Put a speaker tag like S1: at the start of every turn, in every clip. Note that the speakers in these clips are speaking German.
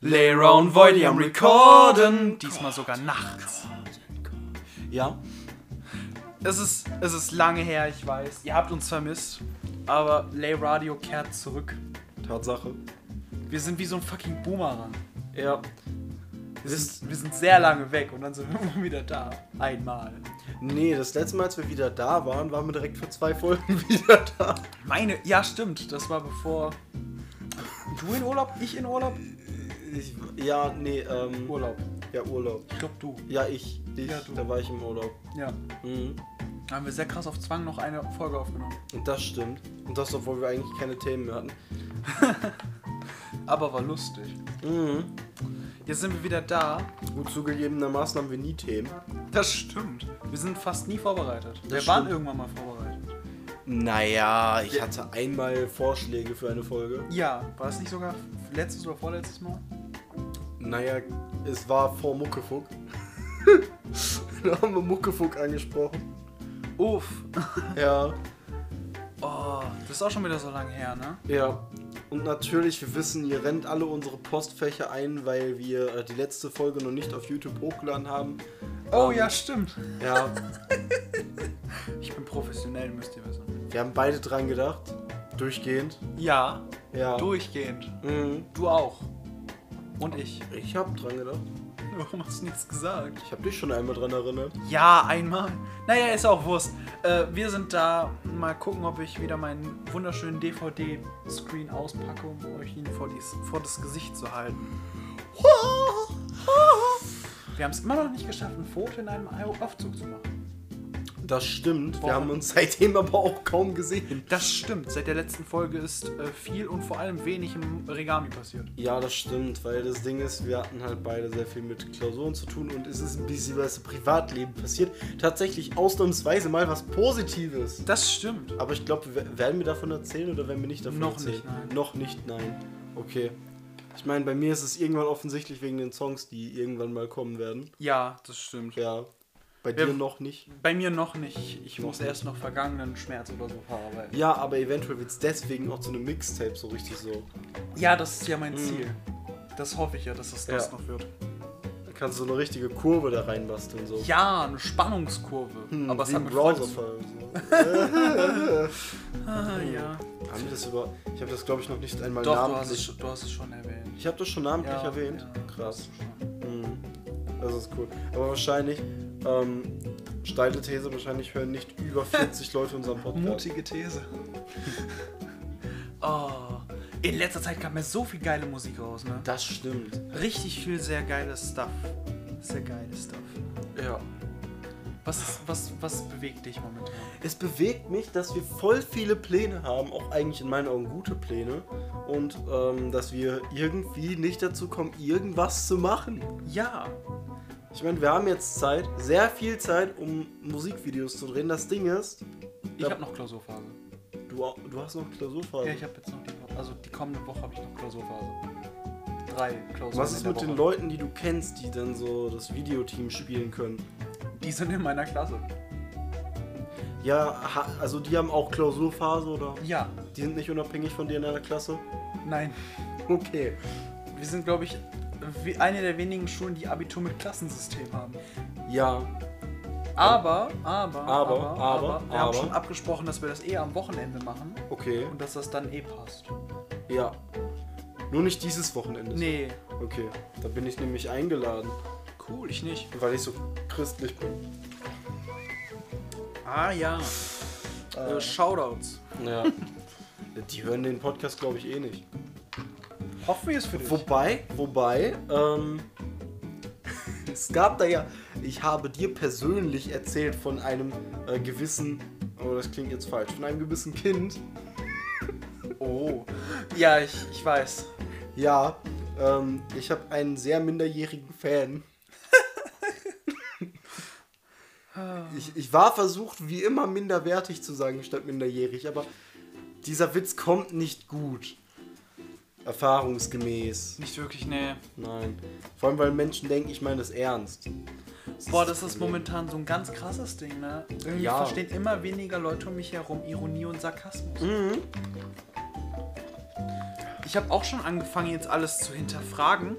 S1: Lehrer und Voidy am Recorden.
S2: Diesmal sogar nachts.
S1: Ja.
S2: Es ist, es ist lange her, ich weiß. Ihr habt uns vermisst. Aber Lay Radio kehrt zurück.
S1: Tatsache.
S2: Wir sind wie so ein fucking Boomerang.
S1: Ja.
S2: Wir sind, wir sind sehr lange weg und dann sind wir wieder da. Einmal.
S1: Nee, das letzte Mal, als wir wieder da waren, waren wir direkt für zwei Folgen wieder da.
S2: Meine, ja stimmt, das war bevor du in Urlaub, ich in Urlaub?
S1: Ich, ja, nee, ähm.
S2: Urlaub.
S1: Ja, Urlaub.
S2: Ich glaube du.
S1: Ja, ich. Dich,
S2: Ja, du.
S1: da war ich im Urlaub.
S2: Ja.
S1: Mhm.
S2: Da haben wir sehr krass auf Zwang noch eine Folge aufgenommen.
S1: Und das stimmt. Und das, obwohl wir eigentlich keine Themen mehr hatten.
S2: Aber war lustig.
S1: Mhm.
S2: Jetzt sind wir wieder da.
S1: Gut zugegebenermaßen haben wir nie Themen.
S2: Das stimmt. Wir sind fast nie vorbereitet. wir
S1: stimmt.
S2: waren irgendwann mal vorbereitet.
S1: Naja, ich hatte einmal Vorschläge für eine Folge.
S2: Ja, war es nicht sogar letztes oder vorletztes Mal?
S1: Naja, es war vor Muckefuck. da haben wir Muckefuck angesprochen.
S2: Uff.
S1: Ja,
S2: Oh, das ist auch schon wieder so lange her, ne?
S1: ja. Und natürlich, wir wissen, ihr rennt alle unsere Postfächer ein, weil wir äh, die letzte Folge noch nicht auf YouTube hochgeladen haben.
S2: Oh
S1: Ähm,
S2: ja, stimmt.
S1: Ja,
S2: Ich bin professionell, müsst ihr wissen.
S1: wir haben beide dran gedacht. Durchgehend.
S2: Ja,
S1: Ja.
S2: durchgehend.
S1: Mhm.
S2: Du auch. Und ich.
S1: Ich hab dran gedacht.
S2: Warum hast du nichts gesagt?
S1: Ich hab dich schon einmal dran erinnert.
S2: Ja, einmal. Naja, ist auch Wurst. Äh, wir sind da. Mal gucken, ob ich wieder meinen wunderschönen DVD-Screen auspacke, um euch ihn vor, dies, vor das Gesicht zu halten. Wir haben es immer noch nicht geschafft, ein Foto in einem Au- Aufzug zu machen.
S1: Das stimmt.
S2: Boah.
S1: Wir haben uns seitdem aber auch kaum gesehen.
S2: Das stimmt. Seit der letzten Folge ist äh, viel und vor allem wenig im Regami passiert.
S1: Ja, das stimmt, weil das Ding ist, wir hatten halt beide sehr viel mit Klausuren zu tun und es ist ein bisschen was im Privatleben passiert. Tatsächlich ausnahmsweise mal was Positives.
S2: Das stimmt.
S1: Aber ich glaube, wir- werden wir davon erzählen oder werden wir nicht davon
S2: Noch
S1: erzählen?
S2: nicht, nein.
S1: Noch nicht, nein. Okay. Ich meine, bei mir ist es irgendwann offensichtlich wegen den Songs, die irgendwann mal kommen werden.
S2: Ja, das stimmt.
S1: Ja. Bei
S2: Wir-
S1: dir noch nicht.
S2: Bei mir noch nicht. Ich
S1: Noch
S2: muss
S1: nicht.
S2: erst noch vergangenen Schmerz oder so verarbeiten.
S1: Ja, aber eventuell wird es deswegen auch zu einem Mixtape so richtig so.
S2: Ja, das ist ja mein Ziel. Das hoffe ich Mhm. ja, dass es das
S1: Ja.
S2: noch wird.
S1: Da kannst du so eine richtige Kurve da reinbasteln. So.
S2: Ja, eine Spannungskurve.
S1: Hm,
S2: Aber es
S1: wie
S2: hat
S1: ein
S2: mit
S1: Browser.
S2: Freunden.
S1: So.
S2: Ah, ja.
S1: Haben wir das über. Ich habe das, glaube ich, noch nicht einmal
S2: Doch, du hast, es,
S1: namentlich.
S2: schon- du hast es schon erwähnt.
S1: ich habe das schon namentlich
S2: Ja,
S1: erwähnt.
S2: ja, das
S1: Krass.
S2: hast du schon.
S1: Mhm. Das ist cool. Aber wahrscheinlich, ähm, steile These, wahrscheinlich hören nicht über 40 Leute unseren Podcast.
S2: Mutige These. oh, in letzter Zeit kam mir so viel geile Musik raus, ne?
S1: Das stimmt.
S2: Richtig viel sehr geiles Stuff. Sehr geiles Stuff.
S1: Ja.
S2: Was, ist- was, was bewegt dich momentan?
S1: Es bewegt mich, dass wir voll viele Pläne haben, auch eigentlich in meinen Augen gute Pläne. Und ähm, dass wir irgendwie nicht dazu kommen, irgendwas zu machen.
S2: Ja,
S1: Ich meine, wir haben jetzt Zeit, sehr viel Zeit, um Musikvideos zu drehen. Das Ding ist,
S2: ich
S1: Ja.
S2: habe noch Klausurphase.
S1: du, au- du hast noch Klausurphase.
S2: Ja, ich habe jetzt noch die, also die kommende Woche habe ich noch Klausurphase. Drei Klausuren.
S1: Was
S2: in
S1: ist
S2: der
S1: mit den
S2: Woche.
S1: Leuten, die du kennst, die dann so das Videoteam spielen können?
S2: Die sind in meiner Klasse.
S1: Ja, ha- also die haben auch Klausurphase oder?
S2: Ja,
S1: Die sind nicht unabhängig von dir in deiner Klasse?
S2: nein.
S1: Okay.
S2: Wir sind, glaube ich, we- eine der wenigen Schulen, die Abitur mit Klassensystem haben.
S1: Ja,
S2: Aber, aber,
S1: Aber, aber,
S2: wir haben
S1: aber.
S2: schon abgesprochen, dass wir das eh am Wochenende machen
S1: okay.
S2: und dass das dann eh passt.
S1: Ja. Nur nicht dieses Wochenende.
S2: Nee.
S1: Okay, da bin ich nämlich eingeladen,
S2: Cool, ich nicht.
S1: weil ich so christlich bin.
S2: Ah ja. Äh, Shoutouts.
S1: Ja. die hören den Podcast, glaube ich, eh nicht.
S2: Hoffen wir es für dich.
S1: Wobei, wobei, ähm, es gab da ja, ich habe dir persönlich erzählt von einem äh, gewissen, oh, das klingt jetzt falsch, von einem gewissen Kind.
S2: Oh. Ja, ich, ich weiß.
S1: Ja, ähm, ich habe einen sehr minderjährigen Fan. ich, ich war versucht, wie immer minderwertig zu sagen statt minderjährig, aber dieser Witz kommt nicht gut. Erfahrungsgemäß.
S2: Nicht wirklich, nee.
S1: Nein. Vor allem, weil Menschen denken, ich meine das ernst.
S2: Boah, das ist momentan so ein ganz krasses Ding, ne? Irgendwie
S1: Ja.
S2: verstehen immer weniger Leute um mich herum Ironie und Sarkasmus.
S1: Mhm.
S2: Ich ich habe auch schon angefangen, jetzt alles zu hinterfragen,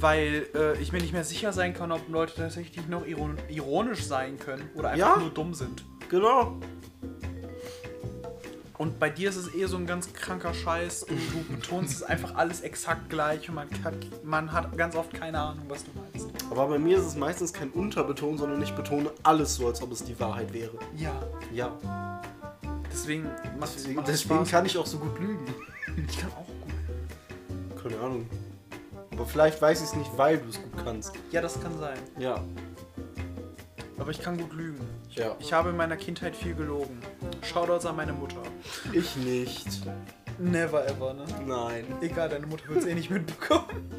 S2: weil äh, ich mir nicht mehr sicher sein kann, ob Leute tatsächlich noch iron ironisch sein können oder einfach
S1: Ja.
S2: nur dumm sind.
S1: Genau.
S2: Und bei dir ist es eh so ein ganz kranker Scheiß und du betonst es einfach alles exakt gleich und man hat, man hat ganz oft keine Ahnung, was du meinst.
S1: Aber bei mir ist es meistens kein Unterbeton, sondern ich betone alles so, als ob es die Wahrheit wäre.
S2: Ja,
S1: Ja.
S2: deswegen macht es
S1: Deswegen,
S2: macht es
S1: deswegen
S2: Spaß.
S1: kann ich auch so gut lügen.
S2: ich kann auch gut.
S1: Keine Ahnung. Aber vielleicht weiß ich es nicht, weil du es gut kannst.
S2: Ja, das kann sein.
S1: Ja.
S2: Aber ich kann gut lügen.
S1: Ja.
S2: Ich habe in meiner Kindheit viel gelogen. Shoutouts an meine Mutter.
S1: Ich nicht.
S2: Never ever, ne?
S1: Nein.
S2: Egal, deine Mutter wird es eh nicht mitbekommen.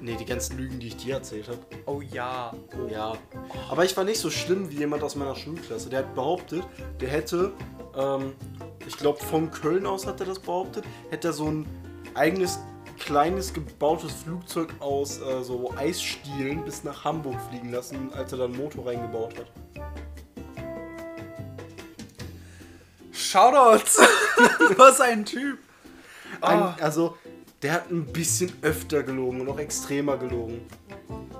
S1: Nee, die ganzen Lügen, die ich dir erzählt Oh. habe.
S2: Oh ja.
S1: Ja. Aber ich war nicht so schlimm wie jemand aus meiner Schulklasse. Der hat behauptet, der hätte, ähm, ich glaube von Köln aus hat er das behauptet, hätte er so ein eigenes kleines gebautes Flugzeug aus äh, so Eisstielen bis nach Hamburg fliegen lassen, als er dann einen Motor reingebaut hat.
S2: Shoutouts! Was ein Typ!
S1: Ein,
S2: Ah.
S1: Also, der hat ein bisschen öfter gelogen und auch extremer gelogen.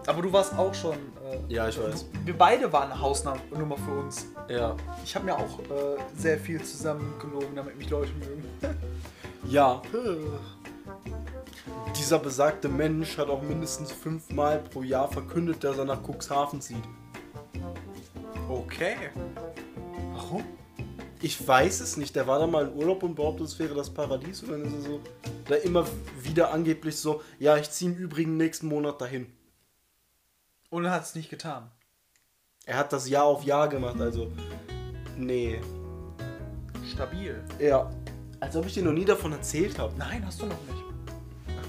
S2: Aber du warst auch schon. Äh,
S1: Ja, ich weiß.
S2: Wir beide waren eine Hausnummer für uns.
S1: Ja.
S2: Ich habe mir auch äh, sehr viel zusammen gelogen, damit mich Leute mögen.
S1: Ja. Dieser besagte Mensch hat auch mindestens fünfmal pro Jahr verkündet, dass er nach Cuxhaven zieht.
S2: Okay. Warum?
S1: Ich weiß es nicht. Der war da mal in Urlaub und behauptet, es wäre das Paradies. Und dann ist er so, da immer wieder angeblich so, ja, ich ziehe im Übrigen nächsten Monat dahin.
S2: Und er hat es nicht getan.
S1: Er hat das Jahr auf Jahr gemacht, also. Nee.
S2: Stabil.
S1: Ja. Als ob ich dir noch nie davon erzählt habe.
S2: Nein, hast du noch nicht.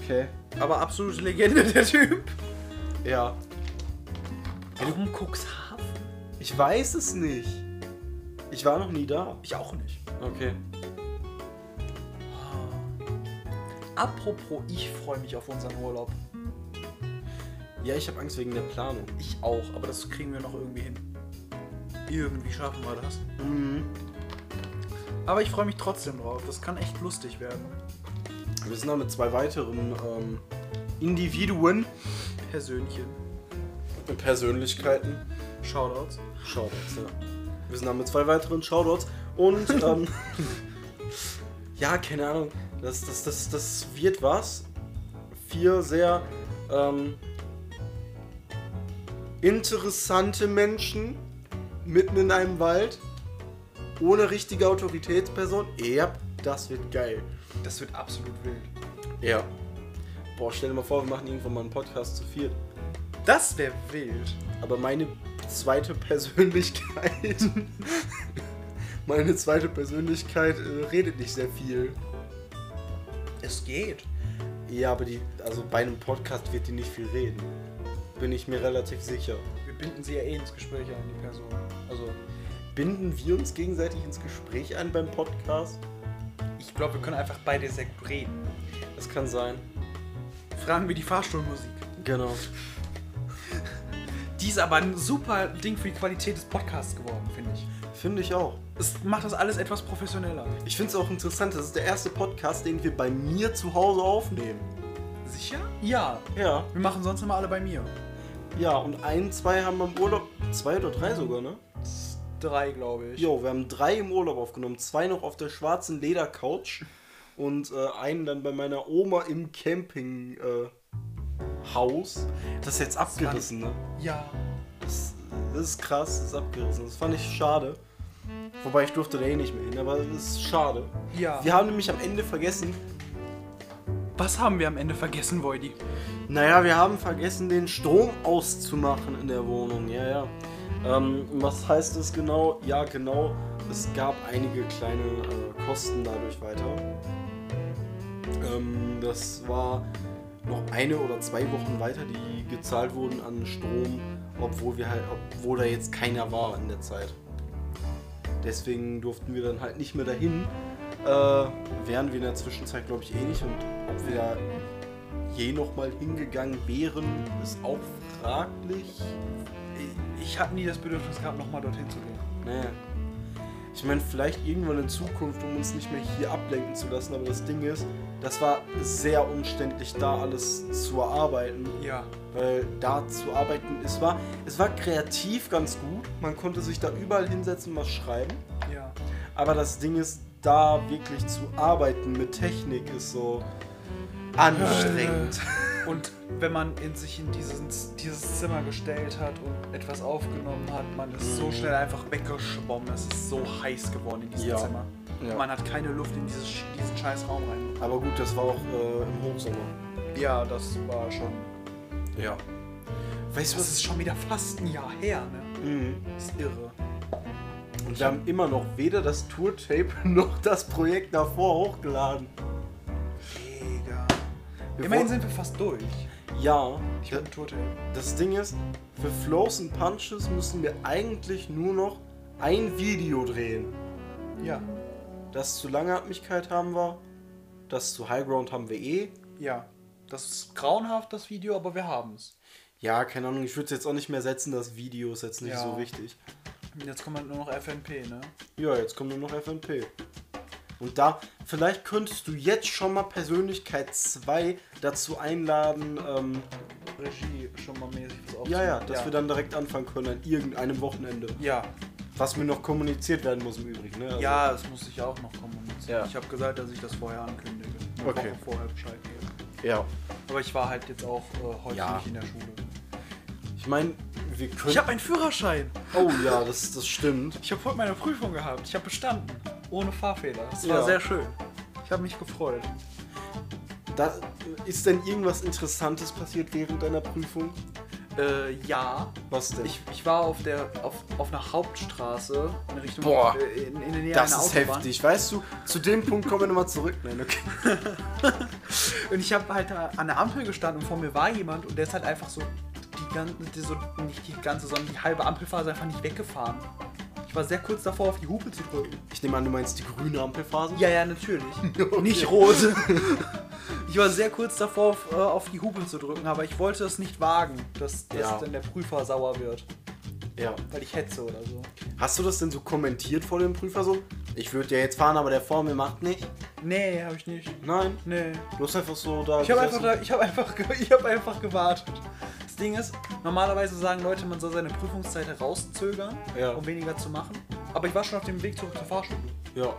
S1: Okay.
S2: Aber absolute Legende, der Typ.
S1: Ja.
S2: Warum Cuxhaven?
S1: Ich weiß es nicht. Ich war noch nie da.
S2: Ich auch nicht.
S1: Okay.
S2: Apropos, ich freue mich auf unseren Urlaub.
S1: Ja, ich habe Angst wegen der Planung.
S2: Ich auch, aber das kriegen wir noch irgendwie hin. Irgendwie schaffen wir das.
S1: Mhm.
S2: Aber ich freue mich trotzdem drauf. Das kann echt lustig werden.
S1: Wir sind da mit zwei weiteren ähm, Individuen
S2: Persönchen.
S1: und Persönlichkeiten.
S2: Shoutouts.
S1: Shoutouts, ja. Wir sind da mit zwei weiteren Shoutouts und ähm, ja, keine Ahnung, das, das, das, das wird was. Vier sehr ähm, interessante Menschen mitten in einem Wald ohne richtige Autoritätsperson. Ja, das wird geil.
S2: Das wird absolut wild.
S1: Ja. Boah, stell dir mal vor, wir machen irgendwann mal einen Podcast zu viert.
S2: Das wäre wild.
S1: Aber meine zweite Persönlichkeit. meine zweite Persönlichkeit äh, redet nicht sehr viel.
S2: Es geht.
S1: Ja, aber die. Also bei einem Podcast wird die nicht viel reden. Bin ich mir relativ sicher.
S2: Wir binden sie ja eh ins Gespräch an, die Person. Also,
S1: Binden wir uns gegenseitig ins Gespräch ein beim Podcast?
S2: ich glaube, wir können einfach beide sehr gut reden.
S1: Das kann sein.
S2: Fragen wir die Fahrstuhlmusik.
S1: Genau.
S2: Die ist aber ein super Ding für die Qualität des Podcasts geworden, finde ich.
S1: Finde ich auch.
S2: Es macht das alles etwas professioneller.
S1: Ich finde es auch interessant. Das ist der erste Podcast, den wir bei mir zu Hause aufnehmen.
S2: Sicher? Ja.
S1: Ja.
S2: Wir machen sonst immer alle bei mir.
S1: Ja, und ein, zwei haben wir im Urlaub. Zwei oder drei sogar, ne?
S2: Drei, glaube ich.
S1: Jo, wir haben drei im Urlaub aufgenommen, zwei noch auf der schwarzen Ledercouch und äh, einen dann bei meiner Oma im Campinghaus. Äh, Haus. das ist jetzt abgerissen, ne?
S2: Ja.
S1: Das, das ist krass, das ist abgerissen. Das fand ich schade. Wobei ich durfte da eh nicht mehr hin, aber das ist schade.
S2: Ja.
S1: Wir haben nämlich am Ende vergessen,
S2: Was haben wir am Ende vergessen, Voidy?
S1: naja, wir haben vergessen, den Strom auszumachen in der Wohnung. Ja, ja. Ähm, was heißt das genau? Ja, genau. Es gab einige kleine äh, Kosten dadurch weiter. Ähm, das war noch eine oder zwei Wochen weiter, die gezahlt wurden an Strom, obwohl wir halt, obwohl da jetzt keiner war in der Zeit. Deswegen durften wir dann halt nicht mehr dahin. Äh, wären wir in der Zwischenzeit, glaube ich, eh nicht. Und ob wir da je nochmal hingegangen wären, ist auch fraglich.
S2: Ich habe nie das Bedürfnis gehabt, nochmal dorthin zu gehen.
S1: Naja. Ich meine, vielleicht irgendwann in Zukunft, um uns nicht mehr hier ablenken zu lassen, aber das Ding ist, das war sehr umständlich, da alles zu erarbeiten.
S2: Ja.
S1: weil da zu arbeiten, es war, es war kreativ ganz gut. Man konnte sich da überall hinsetzen und was schreiben.
S2: Ja.
S1: Aber das Ding ist, da wirklich zu arbeiten mit Technik ist so anstrengend.
S2: Äh, Und wenn man in sich in dieses, dieses Zimmer gestellt hat und etwas aufgenommen hat, man ist so schnell einfach weggeschwommen. Es ist so heiß geworden in diesem
S1: Ja.
S2: Zimmer.
S1: Ja.
S2: Man hat keine Luft in dieses, sch- diesen scheiß Raum rein.
S1: Aber gut, das war auch äh, im Hochsommer.
S2: Ja, das war schon.
S1: Ja. Weißt du
S2: Das
S1: was?
S2: ist schon wieder fast ein Jahr her, ne?
S1: Mhm.
S2: Das ist irre.
S1: Und wir haben immer noch weder das Tour-Tape noch das Projekt davor hochgeladen.
S2: Mega.
S1: Wir
S2: Immerhin
S1: wollten-
S2: sind wir fast durch.
S1: Ja,
S2: Ich bin Tourtape.
S1: das Ding ist, für Flows und Punches müssen wir eigentlich nur noch ein Video drehen.
S2: Ja.
S1: Das zu Langatmigkeit haben wir. Das zu Highground haben wir eh.
S2: Ja. Das ist grauenhaft, das Video, aber wir haben es.
S1: Ja, keine Ahnung, ich würde es jetzt auch nicht mehr setzen, das Video ist jetzt nicht
S2: Ja.
S1: so wichtig.
S2: Jetzt kommt halt nur noch FNP, ne?
S1: Ja, jetzt kommt nur noch FNP. Und da, vielleicht könntest du jetzt schon mal Persönlichkeit 2 dazu einladen, ähm,
S2: Regie schon mal mäßig was aufzunehmen.
S1: ja, ja, dass wir dann direkt anfangen können an irgendeinem Wochenende.
S2: Ja,
S1: Was mir noch kommuniziert werden muss im Übrigen, ne? Also-
S2: Ja, das muss ich auch noch kommunizieren.
S1: Ja.
S2: Ich habe gesagt, dass ich das vorher ankündige. Eine
S1: Okay.
S2: Woche vorher Bescheid gebe.
S1: ja.
S2: Aber ich war halt jetzt auch äh, heute
S1: Ja.
S2: nicht in der Schule.
S1: Ich meine, wir können.
S2: Ich habe einen Führerschein.
S1: oh ja, das, das stimmt.
S2: Ich habe heute meine Prüfung gehabt. Ich habe bestanden. Ohne Fahrfehler. Das war
S1: Ja.
S2: sehr schön. Ich habe mich gefreut.
S1: Da, ist denn irgendwas Interessantes passiert während deiner Prüfung?
S2: Äh, ja.
S1: Was denn?
S2: Ich, ich war auf der auf, auf einer Hauptstraße in Richtung
S1: Boah.
S2: äh, in, in der Nähe
S1: das
S2: einer
S1: ist
S2: Autobahn.
S1: heftig. Weißt du, zu dem Punkt kommen wir nochmal zurück. Nein, okay.
S2: Und ich habe halt da an der Ampel gestanden und vor mir war jemand und der ist halt einfach so die ganze, die so, nicht die ganze, sondern die halbe Ampelphase einfach nicht weggefahren. Ich war sehr kurz davor, auf die Hupe zu drücken.
S1: Ich nehme an, du meinst die grüne Ampelphase?
S2: Ja, ja, natürlich. Nicht rot. Ich war sehr kurz davor, auf, äh, auf die Hupe zu drücken, aber ich wollte es nicht wagen, dass, dass
S1: Ja.
S2: dann der Prüfer sauer wird,
S1: Ja.
S2: weil ich hetze oder so.
S1: Hast du das denn so kommentiert vor dem Prüfer so? Ich würde ja jetzt fahren, aber der vor mir macht nicht.
S2: Nee, habe ich nicht.
S1: Nein.
S2: Nee.
S1: Du hast einfach so da.
S2: Ich habe einfach,
S1: gesessen.
S2: da- ich hab einfach, ge- ich hab einfach gewartet. Das Ding ist, normalerweise sagen Leute, man soll seine Prüfungszeit herauszögern,
S1: Ja.
S2: um weniger zu machen. Aber ich war schon auf dem Weg zurück zur Fahrschule.
S1: Ja.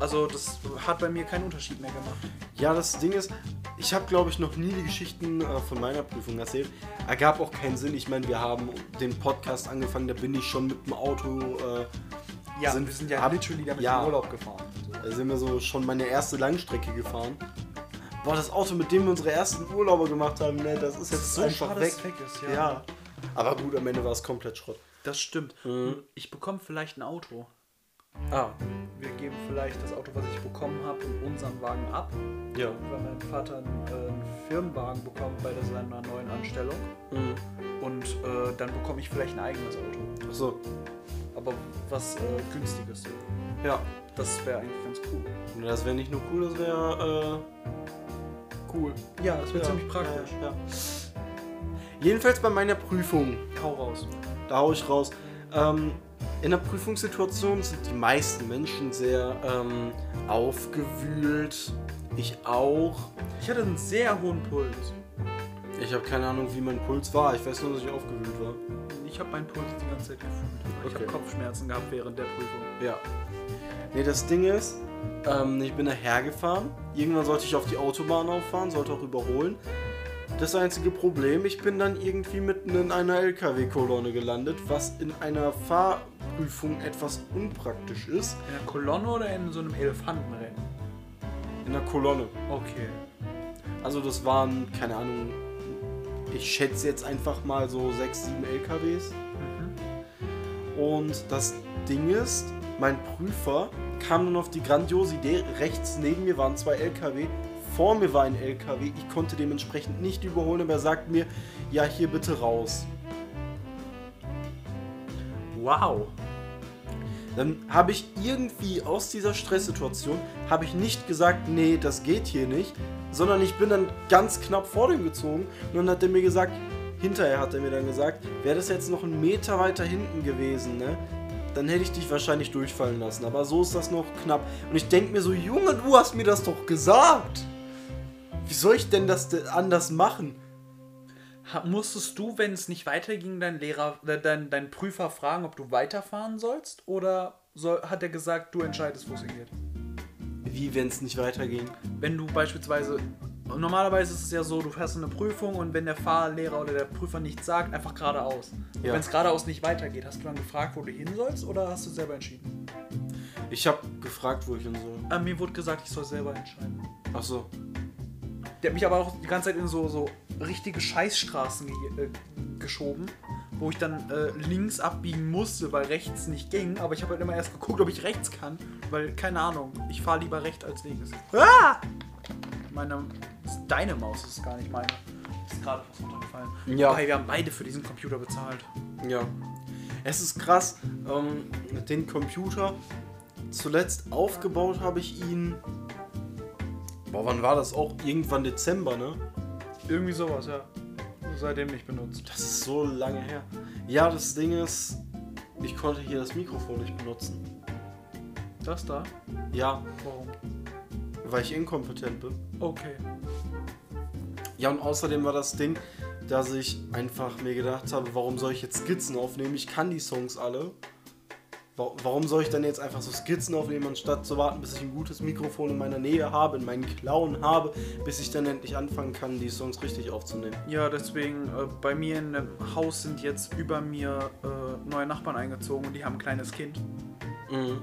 S2: Also das hat bei mir keinen Unterschied mehr gemacht.
S1: Ja, das Ding ist, ich habe, glaube ich, noch nie die Geschichten äh, von meiner Prüfung erzählt. Ergab auch keinen Sinn. Ich meine, wir haben den Podcast angefangen, da bin ich schon mit dem Auto. Äh,
S2: Ja,
S1: Sind-
S2: wir sind ja
S1: hab-
S2: literally damit
S1: ja.
S2: in Urlaub gefahren. So.
S1: da sind wir so schon meine erste Langstrecke gefahren. Boah, das Auto, mit dem wir unsere ersten Urlaube gemacht haben, ne, das ist jetzt
S2: ist so
S1: einfach
S2: schade,
S1: weg.
S2: dass es weg ist, ja.
S1: ja. Aber gut, am Ende war es komplett Schrott.
S2: Das stimmt. Ich bekomme vielleicht ein Auto.
S1: Mhm. Ah,
S2: Wir geben vielleicht das Auto, was ich bekommen habe, in unserem Wagen ab.
S1: ja.
S2: Weil mein Vater einen, äh, einen Firmenwagen bekommt bei seiner neuen Anstellung.
S1: Mhm.
S2: Und äh, dann bekomme ich vielleicht ein eigenes Auto.
S1: Achso,
S2: aber was äh, günstiges. so.
S1: ja.
S2: Das wäre eigentlich ganz cool.
S1: Ne, Das wäre nicht nur cool, das wäre äh, cool.
S2: Ja, das
S1: Ja, Ja, ja. Jedenfalls bei meiner Prüfung.
S2: Hau raus.
S1: da hau ich raus. Ähm, in der Prüfungssituation sind die meisten Menschen sehr ähm, aufgewühlt. Ich auch.
S2: Ich hatte einen sehr hohen Puls.
S1: Ich habe keine Ahnung, wie mein Puls war. Ich weiß nur, dass ich aufgewühlt war.
S2: Ich habe meinen Puls die ganze Zeit gefühlt. Ich
S1: Okay.
S2: habe Kopfschmerzen gehabt während der Prüfung.
S1: Ja. Nee, das Ding ist, ähm, ich bin dahergefahren. Irgendwann sollte ich auf die Autobahn auffahren, sollte auch überholen. Das einzige Problem, ich bin dann irgendwie mitten in einer LKW-Kolonne gelandet, was in einer Fahrprüfung etwas unpraktisch ist.
S2: In einer Kolonne oder in so einem Elefantenrennen?
S1: In der Kolonne.
S2: Okay.
S1: Also das waren, keine Ahnung, ich schätze jetzt einfach mal so 6, 7 LKWs.
S2: Mhm.
S1: Und das Ding ist, mein Prüfer kam dann auf die grandiose Idee, rechts neben mir waren zwei LKW, vor mir war ein LKW, ich konnte dementsprechend nicht überholen, aber er sagt mir, ja hier bitte raus.
S2: Wow.
S1: Dann habe ich irgendwie aus dieser Stresssituation, habe ich nicht gesagt, nee, das geht hier nicht, sondern ich bin dann ganz knapp vor dem gezogen und dann hat er mir gesagt, hinterher hat er mir dann gesagt, wäre das jetzt noch einen Meter weiter hinten gewesen, ne? Dann hätte ich dich wahrscheinlich durchfallen lassen, aber so ist das noch knapp. Und ich denke mir so, Junge, du hast mir das doch gesagt. Wie soll ich denn das de- anders machen?
S2: Ha- Musstest du, wenn es nicht weiterging, deinen Lehrer, äh, deinen, deinen Prüfer fragen, ob du weiterfahren sollst? Oder soll, hat er gesagt, du entscheidest, wo es hingeht?
S1: Wie, wenn es nicht weiterging?
S2: Wenn du beispielsweise, normalerweise ist es ja so, du fährst eine Prüfung und wenn der Fahrlehrer oder der Prüfer nichts sagt, einfach geradeaus.
S1: Ja.
S2: Wenn es geradeaus nicht weitergeht, hast du dann gefragt, wo du hin sollst oder hast du selber entschieden?
S1: Ich habe gefragt, wo ich hin soll.
S2: Äh, mir wurde gesagt, ich soll selber entscheiden.
S1: Ach so.
S2: Der hat mich aber auch die ganze Zeit in so, so richtige Scheißstraßen ge äh, geschoben, wo ich dann äh, links abbiegen musste, weil rechts nicht ging. Aber ich habe halt immer erst geguckt, ob ich rechts kann, weil, keine Ahnung, ich fahre lieber rechts als links. Ah! Meine, ist deine Maus ist gar nicht meine. Ist gerade was runtergefallen.
S1: Ja.
S2: Wobei, wir haben beide für diesen Computer bezahlt.
S1: Ja. Es ist krass. Ähm, den Computer zuletzt aufgebaut habe ich ihn. Boah, wann war das auch? Irgendwann Dezember, ne?
S2: Irgendwie sowas, ja. Seitdem nicht benutzt.
S1: Das ist so lange her. Ja, das Ding ist, ich konnte hier das Mikrofon nicht benutzen.
S2: Das da?
S1: Ja,
S2: Warum?
S1: weil ich inkompetent bin.
S2: Okay.
S1: Ja, und außerdem war das Ding, dass ich einfach mir gedacht habe, warum soll ich jetzt Skizzen aufnehmen? Ich kann die Songs alle. Wa- Warum soll ich dann jetzt einfach so Skizzen aufnehmen, anstatt zu warten, bis ich ein gutes Mikrofon in meiner Nähe habe, in meinen Klauen habe, bis ich dann endlich anfangen kann, die Songs richtig aufzunehmen?
S2: Ja, deswegen, äh, bei mir in dem Haus sind jetzt über mir äh, neue Nachbarn eingezogen und die haben ein kleines Kind.
S1: Mhm.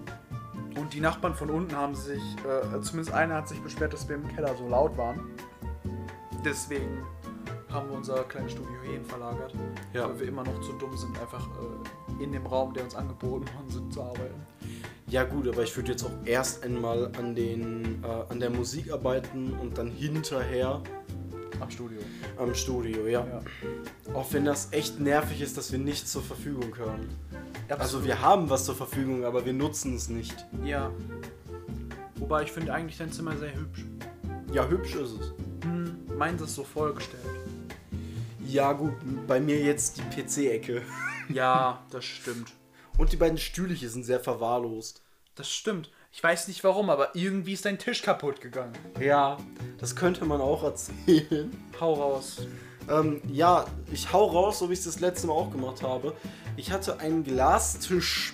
S2: Und die Nachbarn von unten haben sich, äh, zumindest einer hat sich beschwert, dass wir im Keller so laut waren. Deswegen haben wir unser kleines Studio hierhin verlagert,
S1: Ja.
S2: weil wir immer noch zu dumm sind, einfach äh, in dem Raum, der uns angeboten worden sind, zu arbeiten.
S1: Ja gut, aber ich würde jetzt auch erst einmal an, den, äh, an der Musik arbeiten und dann hinterher
S2: Am Studio.
S1: am Studio, ja.
S2: Ja.
S1: Auch wenn das echt nervig ist, dass wir nichts zur Verfügung haben. Also
S2: Absolut.
S1: wir haben was zur Verfügung, aber wir nutzen es nicht.
S2: Ja. Wobei ich finde eigentlich dein Zimmer sehr hübsch.
S1: Ja, hübsch ist es.
S2: Hm, meins ist so vollgestellt.
S1: Ja gut, bei mir jetzt die PC-Ecke.
S2: Ja, das stimmt.
S1: Und die beiden Stühle hier sind sehr verwahrlost.
S2: Das stimmt. Ich weiß nicht warum, aber irgendwie ist dein Tisch kaputt gegangen.
S1: Ja, das könnte man auch erzählen.
S2: Hau raus.
S1: Ähm, ja, ich hau raus, so wie ich es das letzte Mal auch gemacht habe. Ich hatte einen Glastisch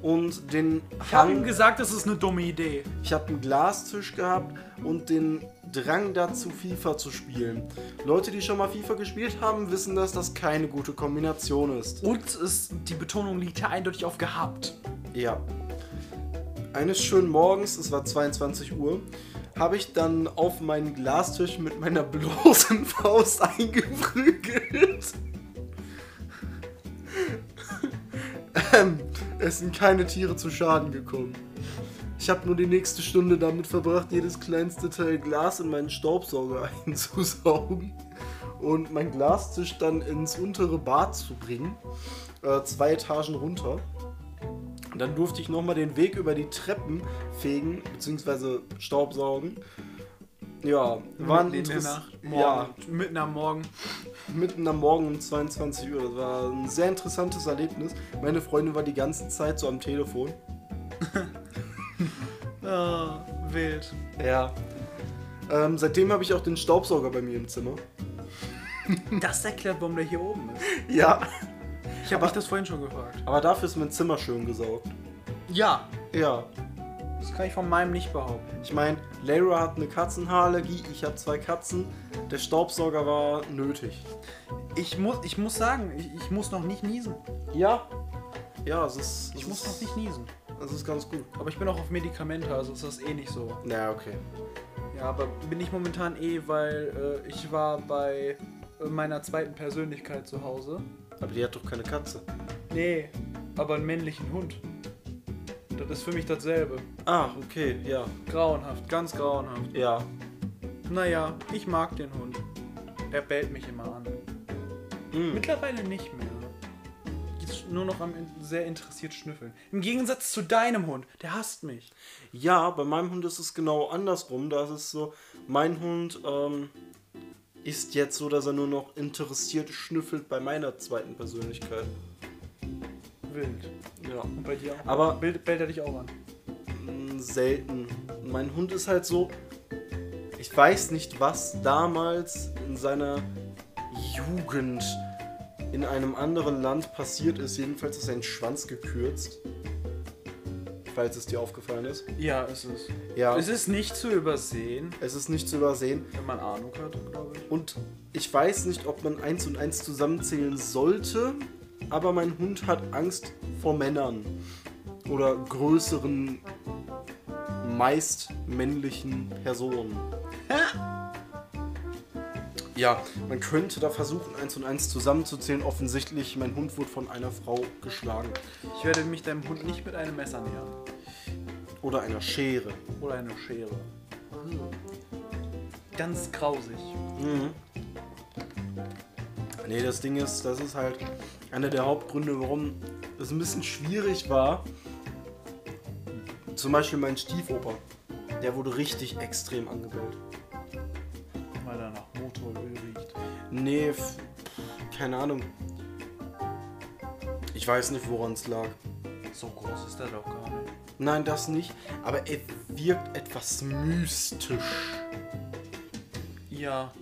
S1: und den
S2: Ich habe ihm gesagt, das ist eine dumme Idee.
S1: Ich habe einen Glastisch gehabt und den Drang dazu, FIFA zu spielen. Leute, die schon mal FIFA gespielt haben, wissen, dass das keine gute Kombination ist.
S2: Und es, die Betonung liegt ja eindeutig auf gehabt.
S1: Ja. Eines schönen Morgens, es war 22 Uhr, habe ich dann auf meinen Glastisch mit meiner bloßen Faust eingeprügelt. ähm, es sind keine Tiere zu Schaden gekommen. Ich habe nur die nächste Stunde damit verbracht, jedes kleinste Teil Glas in meinen Staubsauger einzusaugen und meinen Glastisch dann ins untere Bad zu bringen, äh, zwei Etagen runter. Und dann durfte ich nochmal den Weg über die Treppen fegen, beziehungsweise staubsaugen. Ja, war ein
S2: Mitten in der
S1: interess-
S2: Nacht. Morgen.
S1: Ja,
S2: Mitten am Morgen.
S1: mitten am Morgen um 22 Uhr. Das war ein sehr interessantes Erlebnis. Meine Freundin war die ganze Zeit so am Telefon.
S2: Ah, wild.
S1: Ja. Ähm, seitdem habe ich auch den Staubsauger bei mir im Zimmer.
S2: Das erklärt, warum der hier oben ist.
S1: Ja.
S2: Ich habe mich das vorhin schon gefragt.
S1: Aber dafür ist mein Zimmer schön gesaugt.
S2: Ja,
S1: Ja.
S2: das kann ich von meinem nicht behaupten.
S1: Ich meine, Lara hat eine Katzenhaarallergie, ich habe zwei Katzen. Der Staubsauger war nötig.
S2: Ich muss, ich muss sagen, ich, ich muss noch nicht niesen.
S1: Ja. Ja, es ist.
S2: Ich
S1: es
S2: muss
S1: ist-
S2: noch nicht niesen.
S1: Es ist ganz gut.
S2: Aber ich bin auch auf Medikamente, also ist das eh nicht so.
S1: Na, okay.
S2: Ja, aber bin ich momentan eh, weil äh, ich war bei äh, meiner zweiten Persönlichkeit zu Hause.
S1: Aber die hat doch keine Katze.
S2: Nee, aber einen männlichen Hund. Das ist für mich dasselbe.
S1: Ah, okay, ja.
S2: Grauenhaft, ganz grauenhaft.
S1: Ja.
S2: Naja, ich mag den Hund. Er bellt mich immer an. Hm.
S1: Mm.
S2: Mittlerweile nicht mehr. Jetzt nur noch am in- sehr interessiert schnüffeln. Im Gegensatz zu deinem Hund, der hasst mich.
S1: Ja, bei meinem Hund ist es genau andersrum. Da ist es so, mein Hund ähm, ist jetzt so, dass er nur noch interessiert schnüffelt bei meiner zweiten Persönlichkeit.
S2: Wild.
S1: Ja.
S2: Und bei dir auch.
S1: Aber-
S2: bellt, bellt er dich auch an.
S1: Mm, Selten. Mein Hund ist halt so, ich weiß nicht, was damals in seiner Jugend in einem anderen Land passiert ist. Jedenfalls ist sein Schwanz gekürzt. Falls es dir aufgefallen ist.
S2: Ja, es ist.
S1: Ja,
S2: Es ist nicht zu übersehen,
S1: es ist nicht zu übersehen.
S2: wenn man Ahnung hat, glaube ich.
S1: Und ich weiß nicht, ob man eins und eins zusammenzählen sollte, aber mein Hund hat Angst vor Männern. Oder größeren, meist männlichen Personen. Ja, man könnte da versuchen, eins und eins zusammenzuzählen. Offensichtlich, mein Hund wurde von einer Frau geschlagen.
S2: Ich werde mich deinem Hund nicht mit einem Messer nähern.
S1: Oder einer Schere.
S2: Oder einer Schere. Also, Ganz grausig.
S1: Mhm. Nee, das Ding ist, das ist halt einer der Hauptgründe, warum es ein bisschen schwierig war. Zum Beispiel mein Stiefoper, der wurde richtig extrem angebellt.
S2: Weil er nach Motoröl riecht.
S1: Nee, f- keine Ahnung. Ich weiß nicht, woran es lag.
S2: So groß ist er doch gar nicht.
S1: Nein, das nicht, aber er wirkt etwas mystisch.
S2: Ja.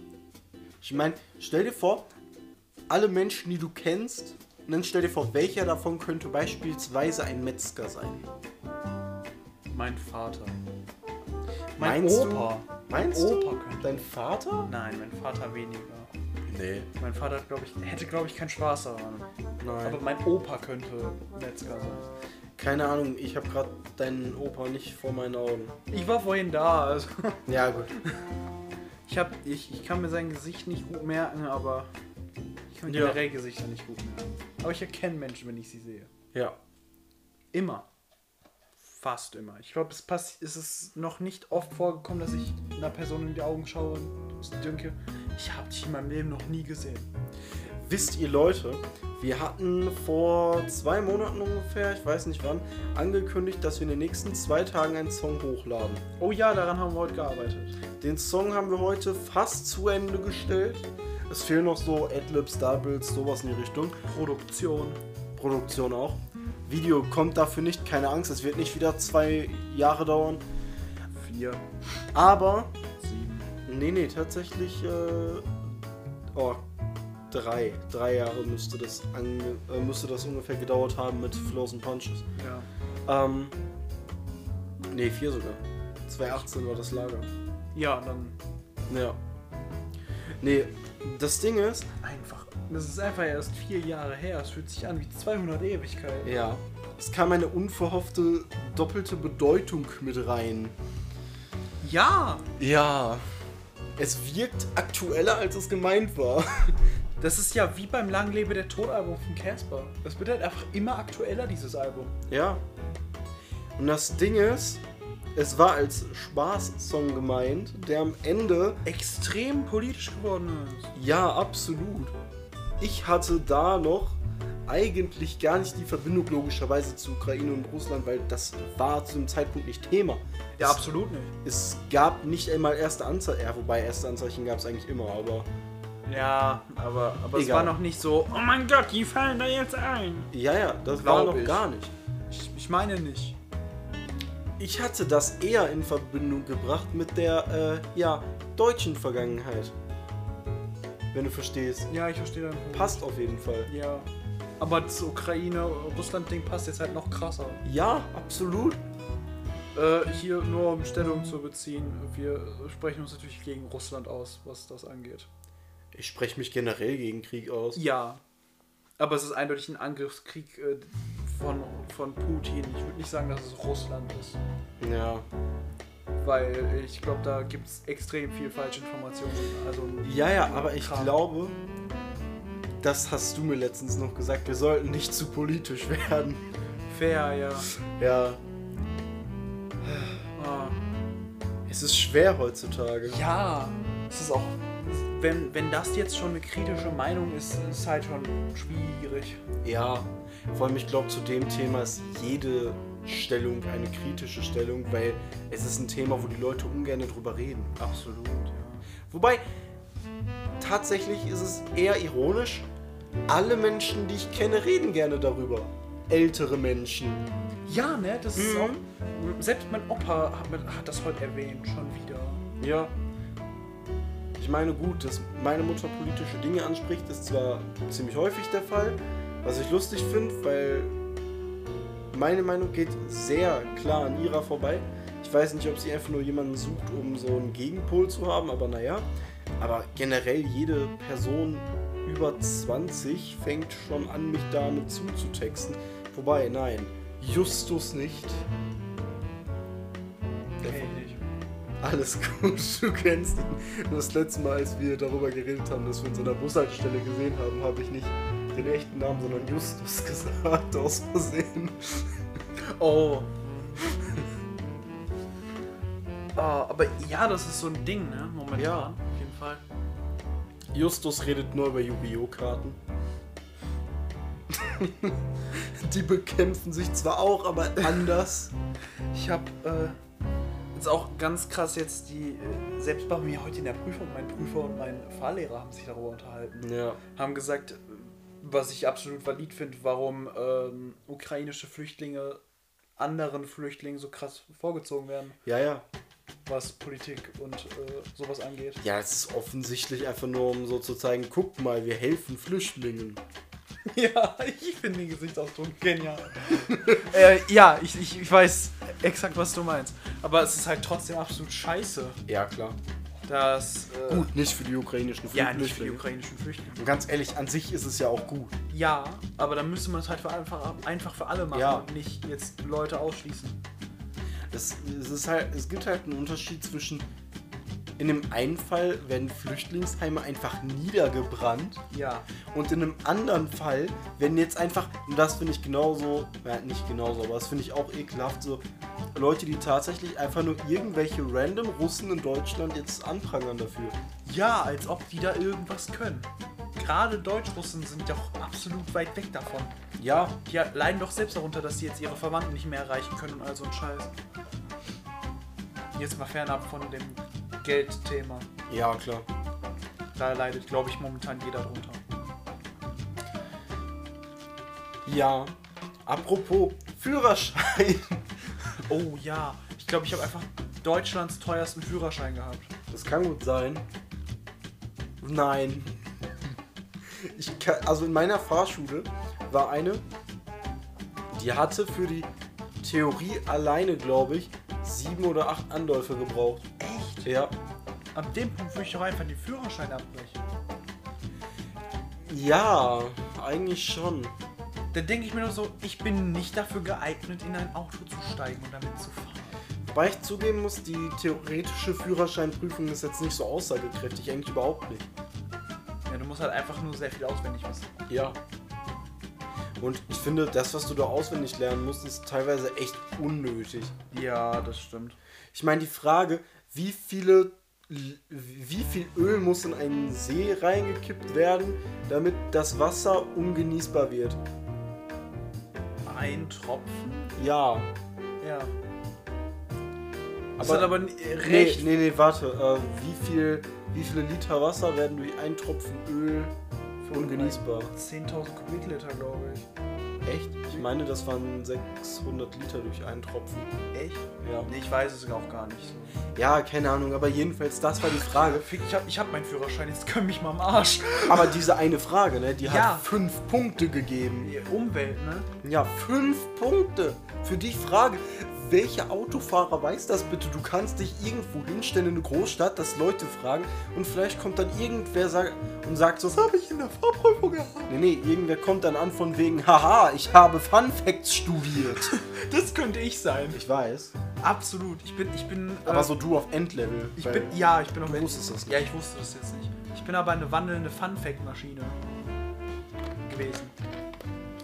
S1: Ich meine, stell dir vor, alle Menschen, die du kennst, und dann stell dir vor, welcher davon könnte beispielsweise ein Metzger sein?
S2: Mein Vater. Mein
S1: Meinst
S2: Opa.
S1: Du, meinst
S2: mein
S1: du?
S2: Opa könnte.
S1: Dein Vater?
S2: Nein, mein Vater weniger.
S1: Nee.
S2: Mein Vater hat, glaub ich, hätte, glaube ich, keinen Spaß daran.
S1: Nein.
S2: Aber mein Opa könnte Metzger sein.
S1: Keine Ahnung, ich habe gerade deinen Opa nicht vor meinen Augen.
S2: Ich war vorhin da, also.
S1: Ja, gut.
S2: Ich, hab, ich, ich kann mir sein Gesicht nicht gut merken, aber ich kann mir
S1: Ja.
S2: generell Gesichter nicht gut merken. Aber ich erkenne Menschen, wenn ich sie sehe.
S1: Ja.
S2: Immer. Fast immer. Ich glaube, es, passt- es ist noch nicht oft vorgekommen, dass ich einer Person in die Augen schaue und denke, ich habe dich in meinem Leben noch nie gesehen.
S1: Wisst ihr Leute, wir hatten vor zwei Monaten ungefähr, ich weiß nicht wann, angekündigt, dass wir in den nächsten zwei Tagen einen Song hochladen.
S2: Oh ja, daran haben wir heute gearbeitet.
S1: Den Song haben wir heute fast zu Ende gestellt. Es fehlen noch so Adlibs, Doubles, sowas in die Richtung.
S2: Produktion.
S1: Produktion auch. Video kommt dafür nicht, keine Angst, es wird nicht wieder zwei Jahre dauern.
S2: Vier.
S1: Aber,
S2: Sieben.
S1: nee, nee, tatsächlich, äh, oh, drei, drei Jahre müsste das, ange äh, müsste das ungefähr gedauert haben mit Flows and Punches.
S2: Ja.
S1: Ähm, nee, vier sogar. 2018 war das Lager.
S2: Ja, dann
S1: Ja. Nee, das Ding ist,
S2: einfach. Das ist einfach erst vier Jahre her. Es fühlt sich an wie 200 Ewigkeiten.
S1: Ja. Es kam eine unverhoffte doppelte Bedeutung mit rein.
S2: Ja!
S1: Ja. Es wirkt aktueller, als es gemeint war.
S2: Das ist ja wie beim Lang lebe der Tod-Album von Casper. Das wird halt einfach immer aktueller, dieses Album.
S1: Ja. Und das Ding ist, es war als Spaßsong gemeint, der am Ende,
S2: Extrem politisch geworden ist.
S1: ja, absolut. Ich hatte da noch eigentlich gar nicht die Verbindung logischerweise zu Ukraine und Russland, weil das war zu dem Zeitpunkt nicht Thema.
S2: Ja,
S1: es
S2: absolut nicht.
S1: Es gab nicht einmal erste Anzeichen. Ja, wobei erste Anzeichen gab es eigentlich immer, aber.
S2: Ja, aber, aber es
S1: Egal.
S2: war noch nicht so, oh mein Gott, die fallen da jetzt ein.
S1: Ja, ja, das
S2: Glaub
S1: war noch
S2: ich.
S1: gar nicht.
S2: Ich, ich meine nicht.
S1: Ich hatte das eher in Verbindung gebracht mit der, äh, ja, deutschen Vergangenheit. Wenn du verstehst.
S2: Ja, ich verstehe deinen Punkt.
S1: Passt auf jeden Fall.
S2: Ja. Aber das Ukraine-Russland-Ding passt jetzt halt noch krasser.
S1: Ja, absolut.
S2: Äh, hier nur um Stellung zu beziehen, wir sprechen uns natürlich gegen Russland aus, was das angeht.
S1: Ich spreche mich generell gegen Krieg aus.
S2: Ja. Aber es ist eindeutig ein Angriffskrieg äh, von, von Putin. Ich würde nicht sagen, dass es Russland ist.
S1: Ja.
S2: Weil ich glaube, da gibt es extrem viel falsche Informationen. Also,
S1: Ja, ja, aber ich
S2: Kram.
S1: glaube, das hast du mir letztens noch gesagt, wir sollten nicht zu politisch werden.
S2: Fair, ja.
S1: Ja.
S2: Ah.
S1: Es ist schwer heutzutage.
S2: Ja, es ist auch. Wenn, wenn das jetzt schon eine kritische Meinung ist, ist halt schon schwierig.
S1: Ja, vor allem ich glaube, zu dem Thema ist jede Stellung eine kritische Stellung, weil es ist ein Thema, wo die Leute ungern drüber reden.
S2: Absolut, ja.
S1: Wobei, tatsächlich ist es eher ironisch, alle Menschen, die ich kenne, reden gerne darüber. Ältere Menschen.
S2: Ja, ne, das ist
S1: Mhm.
S2: auch. Selbst mein Opa hat, mir- hat das heute erwähnt, schon wieder.
S1: Ja. meine, gut, dass meine Mutter politische Dinge anspricht, ist zwar ziemlich häufig der Fall, was ich lustig finde, weil meine Meinung geht sehr klar an ihrer vorbei. Ich weiß nicht, ob sie einfach nur jemanden sucht, um so einen Gegenpol zu haben, aber naja. Aber generell jede Person über 20 fängt schon an, mich damit zuzutexten. Wobei, nein, Justus nicht.
S2: Okay, nicht.
S1: Alles gut, du kennst ihn. Nur das letzte Mal, als wir darüber geredet haben, dass wir uns an der Bushaltestelle gesehen haben, habe ich nicht den echten Namen, sondern Justus gesagt, aus Versehen.
S2: Oh. Ah, aber ja, das ist so ein Ding, ne? Momentan.
S1: Ja.
S2: Auf jeden Fall.
S1: Justus redet nur über Yu-Gi-Oh! Karten. Die bekämpfen sich zwar auch, aber anders.
S2: Ich habe äh, jetzt auch ganz krass jetzt die, äh, selbst bei mir heute in der Prüfung, mein Prüfer und mein Fahrlehrer haben sich darüber unterhalten.
S1: Ja.
S2: Haben gesagt, äh, was ich absolut valid finde, warum ähm, ukrainische Flüchtlinge anderen Flüchtlingen so krass vorgezogen werden,
S1: Ja, ja.
S2: was Politik und äh, sowas angeht.
S1: Ja, es ist offensichtlich einfach nur, um so zu zeigen, guck mal, wir helfen Flüchtlingen.
S2: Ja, ich finde den Gesichtsausdruck genial. äh, ja, ich, ich, ich weiß exakt, was du meinst. Aber es ist halt trotzdem absolut scheiße,
S1: Ja, klar.
S2: dass. Äh,
S1: Gut, nicht für die ukrainischen
S2: ja, nicht für die ukrainischen Flüchtlinge.
S1: Und ganz ehrlich, an sich ist es ja auch gut.
S2: Ja, aber dann müsste man es halt für einfach, einfach für alle machen
S1: Ja.
S2: und nicht jetzt Leute ausschließen.
S1: Es, es, ist halt, es gibt halt einen Unterschied zwischen. In dem einen Fall werden Flüchtlingsheime einfach niedergebrannt
S2: Ja.
S1: und in einem anderen Fall werden jetzt einfach, und das finde ich genauso, ja, nicht genauso, aber das finde ich auch ekelhaft, so Leute, die tatsächlich einfach nur irgendwelche random Russen in Deutschland jetzt anprangern dafür.
S2: Ja, als ob die da irgendwas können. Gerade Deutschrussen sind ja auch absolut weit weg davon.
S1: Ja,
S2: Die leiden doch selbst darunter, dass sie jetzt ihre Verwandten nicht mehr erreichen können und all so ein Scheiß. Jetzt mal fernab von dem Geldthema.
S1: ja, klar.
S2: Da leidet, glaube ich, momentan jeder drunter.
S1: Ja. Apropos Führerschein.
S2: Oh ja, ich glaube, ich habe einfach Deutschlands teuersten Führerschein gehabt.
S1: Das kann gut sein. Nein. Ich kann, also in meiner Fahrschule war eine, die hatte für die Theorie alleine, glaube ich, sieben oder acht Anläufe gebraucht.
S2: Echt?
S1: Ja.
S2: Ab dem Punkt würde ich doch einfach den Führerschein abbrechen.
S1: Ja, eigentlich schon.
S2: Dann denke ich mir nur so, ich bin nicht dafür geeignet, in ein Auto zu steigen und damit zu fahren.
S1: Wobei ich zugeben muss, die theoretische Führerscheinprüfung ist jetzt nicht so aussagekräftig, eigentlich überhaupt nicht.
S2: Ja, du musst halt einfach nur sehr viel auswendig wissen.
S1: Ja. Und ich finde, das, was du da auswendig lernen musst, ist teilweise echt unnötig.
S2: Ja, das stimmt.
S1: Ich meine, die Frage, wie viele wie viel Öl muss in einen See reingekippt werden, damit das Wasser ungenießbar wird?
S2: Ein Tropfen?
S1: Ja.
S2: Ja.
S1: Aber,
S2: ist halt aber n-
S1: nee,
S2: recht.
S1: nee, nee, warte. Äh, wie, viel, wie viele Liter Wasser werden durch einen Tropfen Öl ungenießbar?
S2: 10.000 Kubikliter, glaube ich.
S1: Echt? Ich meine, das waren 600 Liter durch einen Tropfen.
S2: Echt?
S1: Ja.
S2: Nee, ich weiß es auch gar nicht so.
S1: Ja, keine Ahnung, aber jedenfalls, das war die Frage.
S2: Fick, ich hab, ich hab meinen Führerschein, jetzt können mich mal am Arsch.
S1: Aber diese eine Frage, ne, die
S2: Ja.
S1: hat fünf Punkte gegeben.
S2: Die Umwelt, ne?
S1: Ja, fünf Punkte. Für die Frage, welcher Autofahrer weiß das bitte? Du kannst dich irgendwo hinstellen in eine Großstadt, dass Leute fragen und vielleicht kommt dann irgendwer sag- und sagt so, das habe ich in der Fahrprüfung gehabt. Nee, nee, irgendwer kommt dann an von wegen, haha, ich habe Fun Facts studiert.
S2: Das könnte ich sein.
S1: ich weiß,
S2: Absolut. Ich bin, ich bin.
S1: aber
S2: äh,
S1: so du auf Endlevel.
S2: Ich
S1: weil-
S2: bin, ja, ich bin
S1: du
S2: auf
S1: wusstest das nicht.
S2: Ja, ich wusste das jetzt nicht. Ich bin aber eine wandelnde Fun-Fact-Maschine gewesen.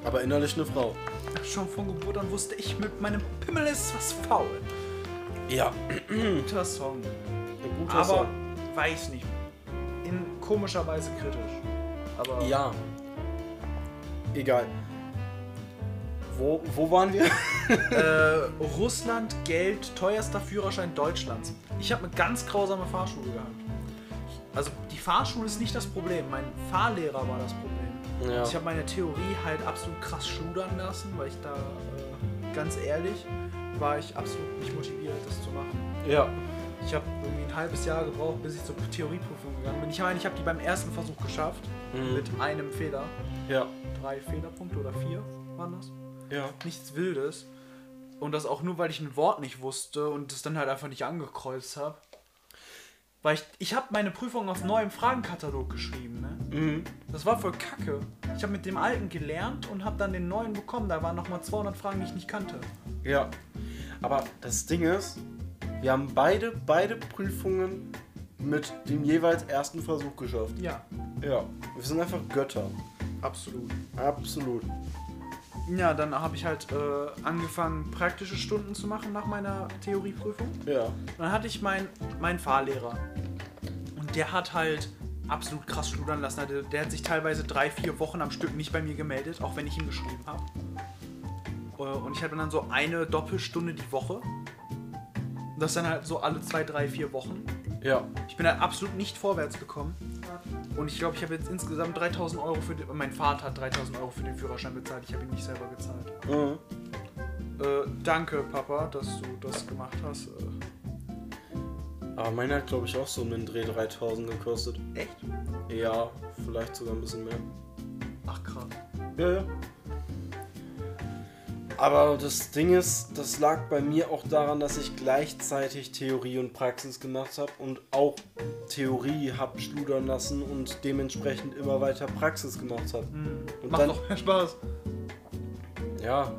S1: aber innerlich eine Frau.
S2: Schon von Geburt an wusste ich, mit meinem Pimmel ist was faul.
S1: Ja,
S2: Guter Song.
S1: ein Hm. guter
S2: Aber
S1: Song.
S2: weiß nicht. In komischer Weise kritisch. Aber
S1: Ja. Egal. Wo, wo waren wir?
S2: äh, Russland, Geld, teuerster Führerschein Deutschlands. Ich habe eine ganz grausame Fahrschule gehabt. Also die Fahrschule ist nicht das Problem. Mein Fahrlehrer war das Problem.
S1: Ja.
S2: Ich habe meine Theorie halt absolut krass schludern lassen, weil ich da äh, ganz ehrlich war ich absolut nicht motiviert, das zu machen.
S1: ja.
S2: Ich habe irgendwie ein halbes Jahr gebraucht, bis ich zur Theorieprüfung gegangen bin. Ich meine, ich habe die beim ersten Versuch geschafft.
S1: Mhm.
S2: Mit einem Fehler.
S1: Ja.
S2: Drei Fehlerpunkte oder vier waren das.
S1: Ja.
S2: Nichts Wildes. Und das auch nur, weil ich ein Wort nicht wusste und das dann halt einfach nicht angekreuzt habe. Weil ich, ich habe meine Prüfung auf neuem Fragenkatalog geschrieben, ne?
S1: Mhm.
S2: Das war voll kacke. Ich habe mit dem alten gelernt und habe dann den neuen bekommen. Da waren nochmal 200 Fragen, die ich nicht kannte.
S1: Ja. Aber das Ding ist, wir haben beide, beide Prüfungen mit dem jeweils ersten Versuch geschafft.
S2: Ja,
S1: Ja. Wir sind einfach Götter.
S2: absolut.
S1: Absolut.
S2: Ja, dann habe ich halt äh, angefangen, praktische Stunden zu machen nach meiner Theorieprüfung.
S1: Ja.
S2: Dann hatte ich meinen meinen Fahrlehrer. Und der hat halt absolut krass studern lassen. Der, der hat sich teilweise drei, vier Wochen am Stück nicht bei mir gemeldet, auch wenn ich ihm geschrieben habe. Äh, Und ich hatte dann so eine Doppelstunde die Woche. Das dann halt so alle zwei, drei, vier Wochen.
S1: Ja.
S2: Ich bin halt absolut nicht vorwärts gekommen. Und ich glaube, ich habe jetzt insgesamt 3000 Euro für den, Mein Vater hat 3000 Euro für den Führerschein bezahlt. Ich habe ihn nicht selber gezahlt.
S1: Mhm.
S2: Äh, danke, Papa, dass du das gemacht hast.
S1: Aber meiner hat, glaube ich, auch so um den Dreh 3000 gekostet.
S2: Äh, echt?
S1: Ja, vielleicht sogar ein bisschen mehr.
S2: Ach, krass.
S1: Ja, ja. Aber das Ding ist, das lag bei mir auch daran, dass ich gleichzeitig Theorie und Praxis gemacht habe und auch Theorie hab schludern lassen und dementsprechend immer weiter Praxis gemacht habe.
S2: Hm.
S1: Und
S2: Macht
S1: dann-
S2: doch mehr Spaß.
S1: Ja,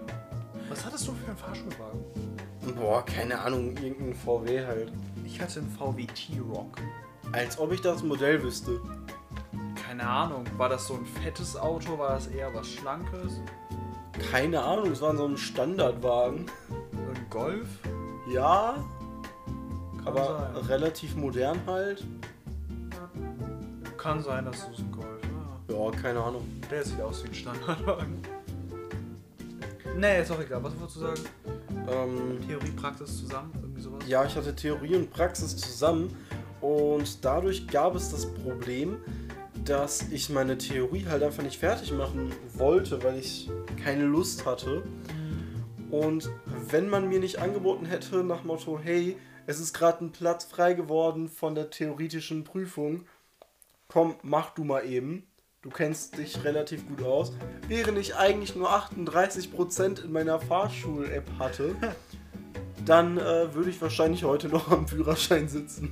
S2: Was hattest du für einen Fahrschulwagen?
S1: boah, keine Ahnung, irgendein VW halt.
S2: Ich hatte einen VW T-Rock.
S1: Als ob ich das Modell wüsste.
S2: Keine Ahnung, war das so ein fettes Auto? War das eher was Schlankes?
S1: Keine Ahnung, es war so ein Standardwagen.
S2: Ein Golf?
S1: Ja,
S2: Kann
S1: aber
S2: sein.
S1: relativ modern halt.
S2: Kann sein, dass du so ein Golf ja.
S1: Ja, keine Ahnung.
S2: Der sieht aus wie ein Standardwagen. Nee, ist auch egal. Was wolltest du sagen?
S1: Ähm,
S2: Theorie, Praxis zusammen? Irgendwie sowas?
S1: Ja, ich hatte Theorie und Praxis zusammen und dadurch gab es das Problem, dass ich meine Theorie halt einfach nicht fertig machen wollte, weil ich keine Lust hatte. Und wenn man mir nicht angeboten hätte nach Motto, hey, es ist gerade ein Platz frei geworden von der theoretischen Prüfung, komm, mach du mal eben. Du kennst dich relativ gut aus. Während ich eigentlich nur 38% in meiner Fahrschul-App hatte, dann äh, würde ich wahrscheinlich heute noch am Führerschein sitzen.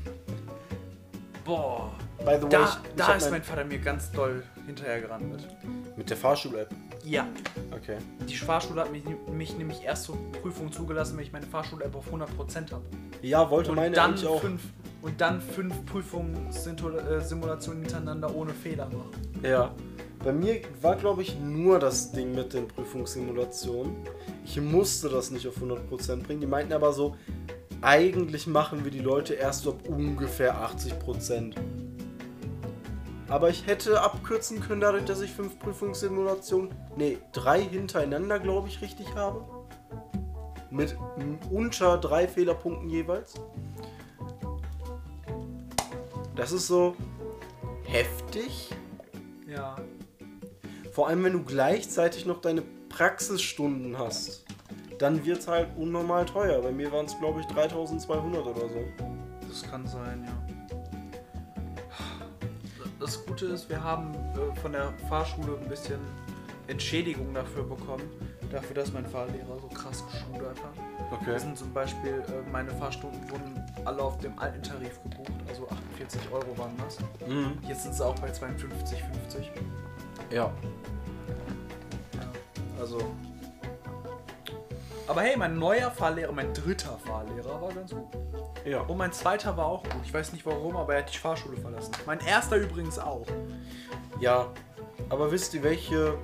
S2: Boah.
S1: By the way,
S2: Da,
S1: ich, ich
S2: da
S1: hab
S2: ist mein Vater mir ganz doll hinterhergerannt.
S1: Mit der Fahrschul-App.
S2: Ja.
S1: Okay.
S2: Die Fahrschule hat mich, mich nämlich erst zur Prüfung zugelassen, wenn ich meine Fahrschule-App auf 100% habe.
S1: Ja, wollte
S2: Und
S1: meine
S2: dann,
S1: eigentlich auch.
S2: fünf, und dann fünf Prüfungssimulationen hintereinander ohne Fehler machen.
S1: Ja. Bei mir war, glaube ich, nur das Ding mit den Prüfungssimulationen. Ich musste das nicht auf 100% bringen. Die meinten aber so, eigentlich machen wir die Leute erst ab ungefähr 80%. Aber ich hätte abkürzen können dadurch, dass ich fünf Prüfungssimulationen, nee, drei hintereinander, glaube ich, richtig habe. Mit unter drei Fehlerpunkten jeweils. Das ist so heftig.
S2: Ja.
S1: Vor allem, wenn du gleichzeitig noch deine Praxisstunden hast, dann wird's halt unnormal teuer. Bei mir waren es, glaube ich, 3200 oder so.
S2: Das kann sein, ja. Das Gute ist, wir haben äh, von der Fahrschule ein bisschen Entschädigung dafür bekommen, dafür, dass mein Fahrlehrer so krass geschudert hat.
S1: Okay.
S2: Das sind zum Beispiel, äh, meine Fahrstunden wurden alle auf dem alten Tarif gebucht, also 48 Euro waren das.
S1: Mhm.
S2: Jetzt sind sie auch bei 52,50.
S1: Ja.
S2: Also. Aber hey, mein neuer Fahrlehrer, mein dritter Fahrlehrer war ganz gut.
S1: Ja.
S2: Und mein zweiter war auch gut. Ich weiß nicht warum, aber er hat die Fahrschule verlassen. Mein erster übrigens auch.
S1: Ja. Aber wisst ihr, welche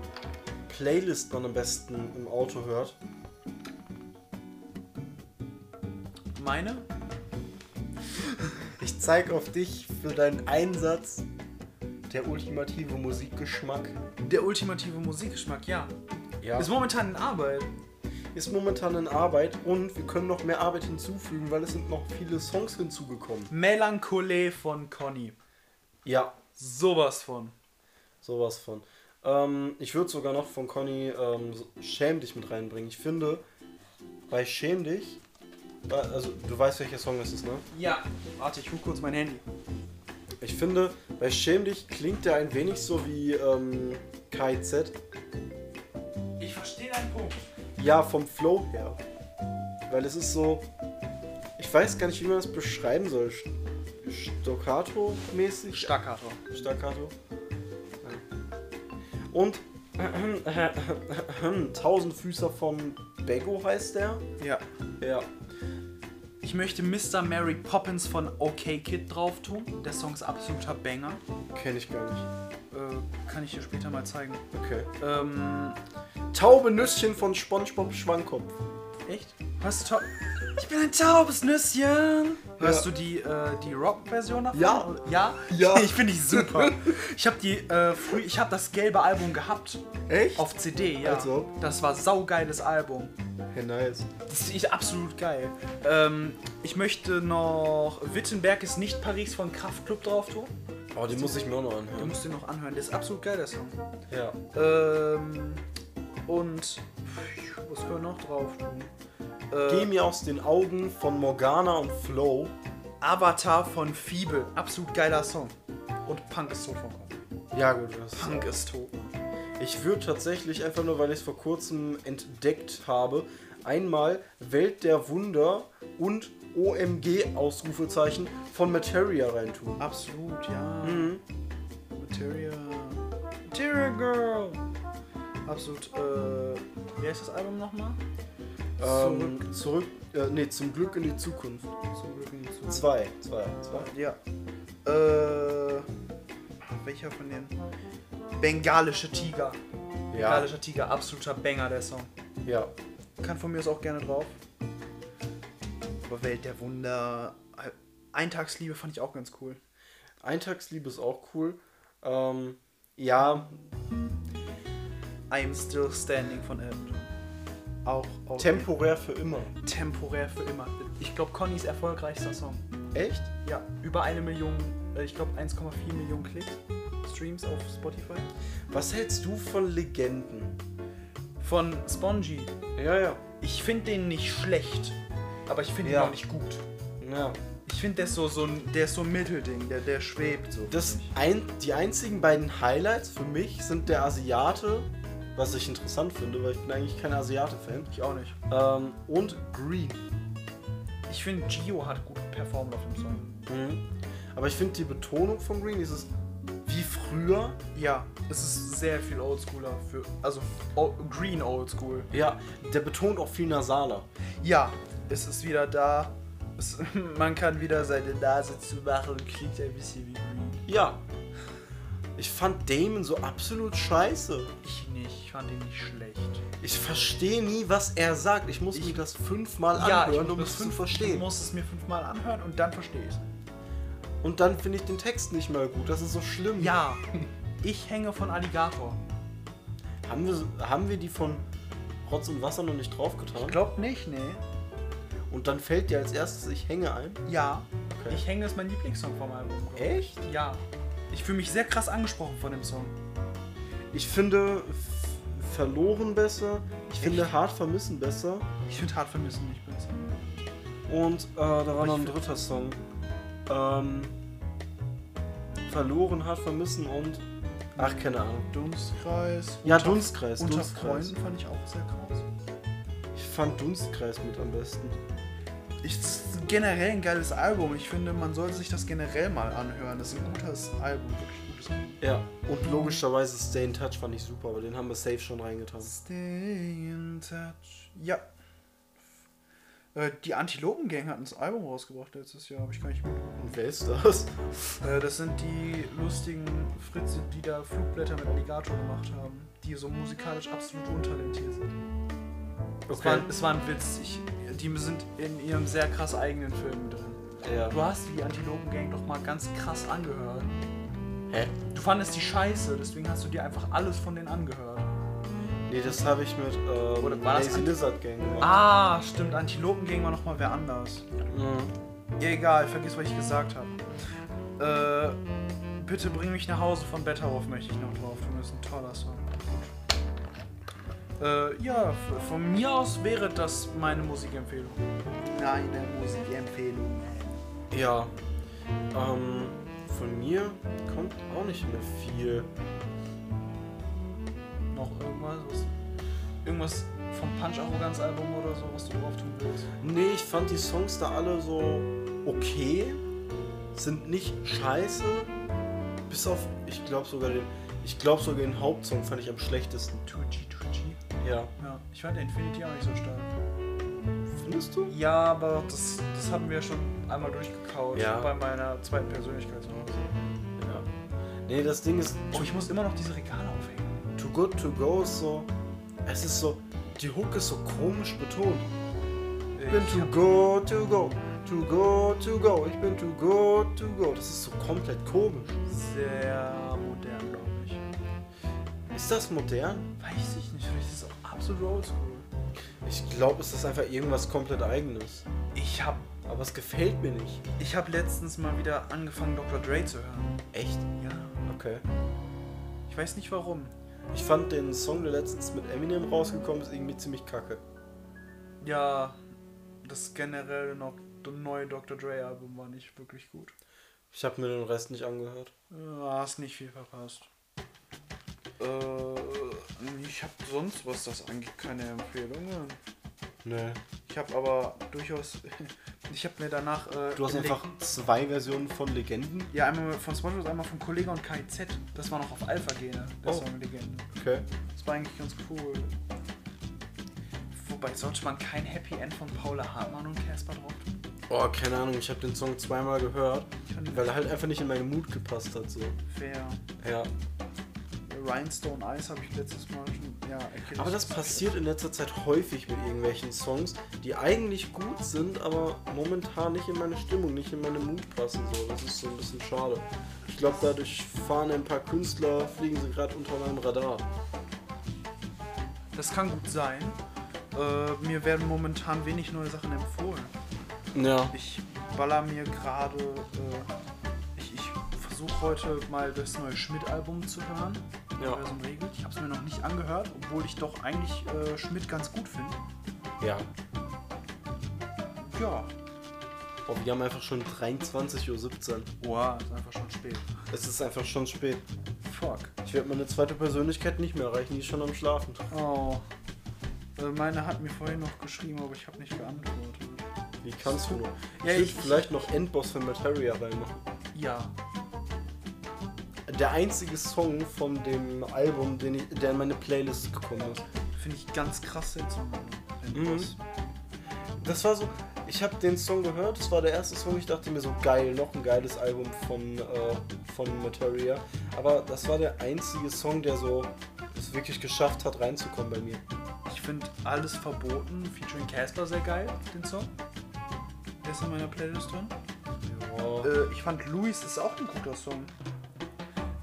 S1: Playlist man am besten im Auto hört?
S2: Meine?
S1: Ich zeig auf dich für deinen Einsatz. Der ultimative Musikgeschmack.
S2: Der ultimative Musikgeschmack, ja.
S1: Ja.
S2: Ist momentan in Arbeit.
S1: Ist momentan in Arbeit und wir können noch mehr Arbeit hinzufügen, weil es sind noch viele Songs hinzugekommen.
S2: Melancholie von Conny.
S1: Ja,
S2: Sowas von.
S1: Sowas von. Ähm, ich würde sogar noch von Conny ähm, so- Schäm dich mit reinbringen. Ich finde, bei Schäm dich Also, du weißt, welcher Song das ist, ne?
S2: Ja. Warte, ich hole kurz mein Handy.
S1: Ich finde, bei Schäm dich klingt der ein wenig so wie ähm, KZ.
S2: Ich verstehe deinen Punkt.
S1: Ja, vom Flow her. Weil es ist so. Ich weiß gar nicht, wie man das beschreiben soll. St- Staccato-mäßig?
S2: Staccato.
S1: Staccato. Und. Tausendfüßer vom Bego heißt der.
S2: Ja.
S1: Ja.
S2: Ich möchte Mr. Mary Poppins von OK Kid drauf tun. Der Song ist absoluter Banger.
S1: Kenne ich gar nicht.
S2: Äh, kann ich dir später mal zeigen.
S1: Okay.
S2: Ähm,
S1: Taube Nüsschen von Spongebob Schwammkopf.
S2: echt? Hörst du Taub? Ich bin ein taubes Nüsschen. Hörst du die, äh, die Rock-Version davon?
S1: Ja.
S2: Oder- Ja?
S1: Ja.
S2: Ich finde die super. ich habe die äh, früh, ich habe das gelbe Album gehabt.
S1: Echt?
S2: Auf CD, ja.
S1: Also?
S2: Das war saugeiles Album.
S1: Hey, nice.
S2: Das ist absolut geil. Ähm, ich möchte noch Wittenberg ist nicht Paris von Kraftklub drauf tun.
S1: Oh, die muss ich mir auch noch
S2: Du
S1: anhören.
S2: musst den noch anhören. Der ist absolut geil, der Song.
S1: Ja.
S2: Ähm, und pf, was können wir noch drauf tun?
S1: Geh
S2: Äh,
S1: mir aus den Augen von Morgana und Flo.
S2: Avatar von Fiebel. Absolut geiler Song. Und Punk ist tot von Kopf.
S1: Ja, gut, das ist
S2: Punk ist tot.
S1: Ich würde tatsächlich einfach nur, weil ich es vor kurzem entdeckt habe, einmal Welt der Wunder und OMG Ausrufezeichen von Materia reintun.
S2: Absolut, ja.
S1: Mhm.
S2: Materia. Materia Girl. Absolut, äh, wie heißt das Album nochmal?
S1: Ähm, zurück, äh, nee, zum Glück in die Zukunft.
S2: Zum Glück Ähm, in die Zukunft.
S1: Zwei, zwei, zwei.
S2: Ja. Äh. Welcher von den? Bengalische Tiger.
S1: Ja,
S2: Bengalischer Tiger, absoluter Banger der Song.
S1: ja.
S2: Kann von mir aus auch gerne drauf. Aber Welt der Wunder. Eintagsliebe fand ich auch ganz cool.
S1: Eintagsliebe ist auch cool. Ähm, ja,
S2: I'm Still Standing von Elton. Auch, auch
S1: temporär für immer.
S2: temporär für immer. Ich glaube, Connys erfolgreichster Song.
S1: Echt?
S2: Ja, über eine Million, äh, ich glaube 1,4 Millionen Klicks, Streams auf Spotify.
S1: Was hältst du von Legenden?
S2: Von Spongy.
S1: Ja, ja.
S2: Ich finde den nicht schlecht, aber ich finde
S1: Ja.
S2: ihn auch nicht gut.
S1: Ja.
S2: Ich finde, der ist so, so ein, der ist so ein Mittelding, der, der schwebt so.
S1: Das ein, die einzigen beiden Highlights für mich sind der Asiate, was ich interessant finde, weil ich bin eigentlich kein Asiate-Fan,
S2: ich auch nicht.
S1: ähm, und Green.
S2: Ich finde, Gio hat gut performt auf dem Song.
S1: Aber ich finde die Betonung von Green, dieses wie früher,
S2: Ja, es ist sehr viel Oldschooler für, also o- Green Oldschool.
S1: ja, der betont auch viel nasaler.
S2: Ja, es ist wieder da. Es, man kann wieder seine Nase zumachen und klingt ein bisschen wie Green.
S1: Ja. Ich fand Damon so absolut scheiße.
S2: Ich nicht, ich fand ihn nicht schlecht.
S1: Ich verstehe nie, was er sagt. Ich muss
S2: Ich-
S1: mir das fünfmal anhören, um es zu
S2: Ich
S1: verstehen.
S2: muss es mir fünfmal anhören und dann verstehe ich es.
S1: Und dann finde ich den Text nicht mehr gut. Das ist so schlimm.
S2: Ja, ich hänge von Alligator.
S1: Haben wir, haben wir die von Rotz und Wasser noch nicht draufgetan?
S2: Glaubt nicht, nee.
S1: Und dann fällt dir als erstes Ich hänge ein.
S2: Ja.
S1: Okay.
S2: Ich hänge ist mein Lieblingssong vom Album. glaub ich.
S1: Echt?
S2: Ja. Ich fühle mich sehr krass angesprochen von dem Song.
S1: Ich finde F- verloren besser. Ich finde hart vermissen besser.
S2: Ich finde hart vermissen nicht besser.
S1: Und äh, da war
S2: ich
S1: noch ein
S2: find-
S1: dritter Song. Ähm, verloren, hart vermissen und. Ach, keine Ahnung.
S2: Dunstkreis.
S1: Ja, Dunstkreis.
S2: Unter
S1: Dunstkreis.
S2: Freunden fand ich auch sehr krass.
S1: Ich fand Dunstkreis mit am besten.
S2: Ich, das ist generell ein geiles Album. Ich finde, man sollte sich das generell mal anhören. Das ist ein gutes Album, wirklich gutes Album.
S1: Ja. Und logischerweise Stay in Touch fand ich super, aber den haben wir safe schon reingetan.
S2: Stay in touch. Ja. Äh, Die Antilopengang hatten das Album rausgebracht letztes Jahr, aber ich kann nicht mehr.
S1: Und wer ist das?
S2: Äh, Das sind die lustigen Fritze, die da Flugblätter mit Alligator gemacht haben, die so musikalisch absolut untalentiert sind. Es, war, es war ein Witz. Ich, die sind in ihrem sehr krass eigenen Film drin.
S1: Ja.
S2: Du hast die Antilopen-Gang doch mal ganz krass angehört.
S1: Hä?
S2: Du fandest die scheiße, deswegen hast du dir einfach alles von denen angehört.
S1: Nee, das habe ich mit ähm,
S2: Oder war das
S1: Lazy
S2: an-
S1: Lizard Gang gemacht.
S2: Ah, stimmt, Antilopen-Gang war nochmal wer anders.
S1: Mhm.
S2: Ja, egal, vergiss, was ich gesagt habe. Äh, bitte bring mich nach Hause von Betterhoff möchte ich noch drauf tun. Das ist ein toller Song. Äh, ja, f- von mir aus wäre das meine Musikempfehlung. eine Musikempfehlung.
S1: Ja. Ähm, von mir kommt auch nicht mehr viel.
S2: Noch irgendwas? Was, irgendwas vom Punch-Arroganz-Album oder so, was du drauf tun willst?
S1: Nee, ich fand die Songs da alle so okay. Sind nicht scheiße. Bis auf, ich glaube sogar den. Ich glaube sogar den Hauptsong fand ich am schlechtesten.
S2: 2G, 2G.
S1: Ja.
S2: Ja, ich fand Infinity auch nicht so stark.
S1: Findest du?
S2: Ja, aber das, das haben wir schon einmal durchgekaut
S1: Ja.
S2: bei meiner zweiten Persönlichkeitsanalyse.
S1: Ja. Nee, das Ding ist.
S2: Oh, ich muss immer noch diese Regale aufhängen.
S1: Too Good To Go ist so. Es ist so. Die Hook ist so komisch betont. Ich bin
S2: Ich
S1: too
S2: hab-
S1: good to go. Too good to go. Ich bin too good to go. Das ist so komplett komisch.
S2: sehr modern, glaube ich.
S1: Ist das modern?
S2: Weiß ich nicht, vielleicht ist es auch absolut oldschool.
S1: Ich glaube, es ist einfach irgendwas komplett eigenes.
S2: Ich habe
S1: Aber es gefällt mir nicht.
S2: ich hab letztens mal wieder angefangen, Dr. Dre zu hören.
S1: Echt?
S2: Ja.
S1: Okay.
S2: Ich weiß nicht warum.
S1: Ich fand den Song, der letztens mit Eminem rausgekommen ist, irgendwie ziemlich kacke.
S2: Ja, das generell noch das neue Dr. Dre-Album war nicht wirklich gut.
S1: Ich habe mir den Rest nicht angehört.
S2: Du hast nicht viel verpasst. Äh, ich habe sonst, was das angeht, keine Empfehlungen.
S1: Nee.
S2: Ich habe aber durchaus. ich habe mir danach. Äh,
S1: Du hast
S2: Leg-
S1: einfach zwei Versionen von Legenden.
S2: Ja, einmal von Spongebob, einmal von Kollege und KIZ. Das war noch auf Alpha-Gene, der
S1: Oh.
S2: Song Legende.
S1: Okay.
S2: Das war eigentlich ganz cool. Wobei sonst waren kein Happy End von Paula Hartmann und Casper drauf.
S1: Oh, keine Ahnung. Ich habe den Song zweimal gehört,
S2: Ich fand
S1: weil er halt einfach nicht in meinen Mut gepasst hat. So.
S2: fair.
S1: Ja.
S2: Rhinestone Eyes habe ich letztes Mal schon. Ja, erkennt
S1: Aber
S2: ich-
S1: das passiert in letzter Zeit häufig mit irgendwelchen Songs, die eigentlich gut sind, aber momentan nicht in meine Stimmung, nicht in meine Mut passen. So. Das ist so ein bisschen schade. Ich glaube, dadurch fahren ein paar Künstler, fliegen sie gerade unter meinem Radar.
S2: Das kann gut sein. Äh, mir werden momentan wenig neue Sachen empfohlen.
S1: Ja.
S2: Ich baller mir gerade. Äh, ich ich versuche heute mal das neue Schmidt-Album zu hören.
S1: Ja.
S2: Universum regelt. Ich habe es mir noch nicht angehört, obwohl ich doch eigentlich äh, Schmidt ganz gut finde.
S1: Ja.
S2: Ja.
S1: Oh, wir haben einfach schon 23.17 Uhr.
S2: Boah, ist einfach schon spät.
S1: Es ist einfach schon spät.
S2: Fuck.
S1: Ich werde meine zweite Persönlichkeit nicht mehr erreichen, die ist schon am Schlafen.
S2: Oh. Äh, Meine hat mir vorhin noch geschrieben, aber ich habe nicht geantwortet.
S1: Wie kannst du nur?
S2: Ja,
S1: ich würde
S2: ich-
S1: vielleicht noch Endboss von Materia reinmachen.
S2: Ja.
S1: Der einzige Song von dem Album, den ich, der in meine Playlist gekommen ist.
S2: Finde ich ganz krass jetzt.
S1: Mhm. Das war so, ich habe den Song gehört, das war der erste Song, ich dachte mir so, geil, noch ein geiles Album von, äh, von Materia. Aber das war der einzige Song, der so es wirklich geschafft hat, reinzukommen bei mir.
S2: Ich finde Alles Verboten featuring Casper sehr geil, den Song. Der ist in meiner Playlist drin.
S1: Ja.
S2: Äh, ich fand Luis ist auch ein guter Song.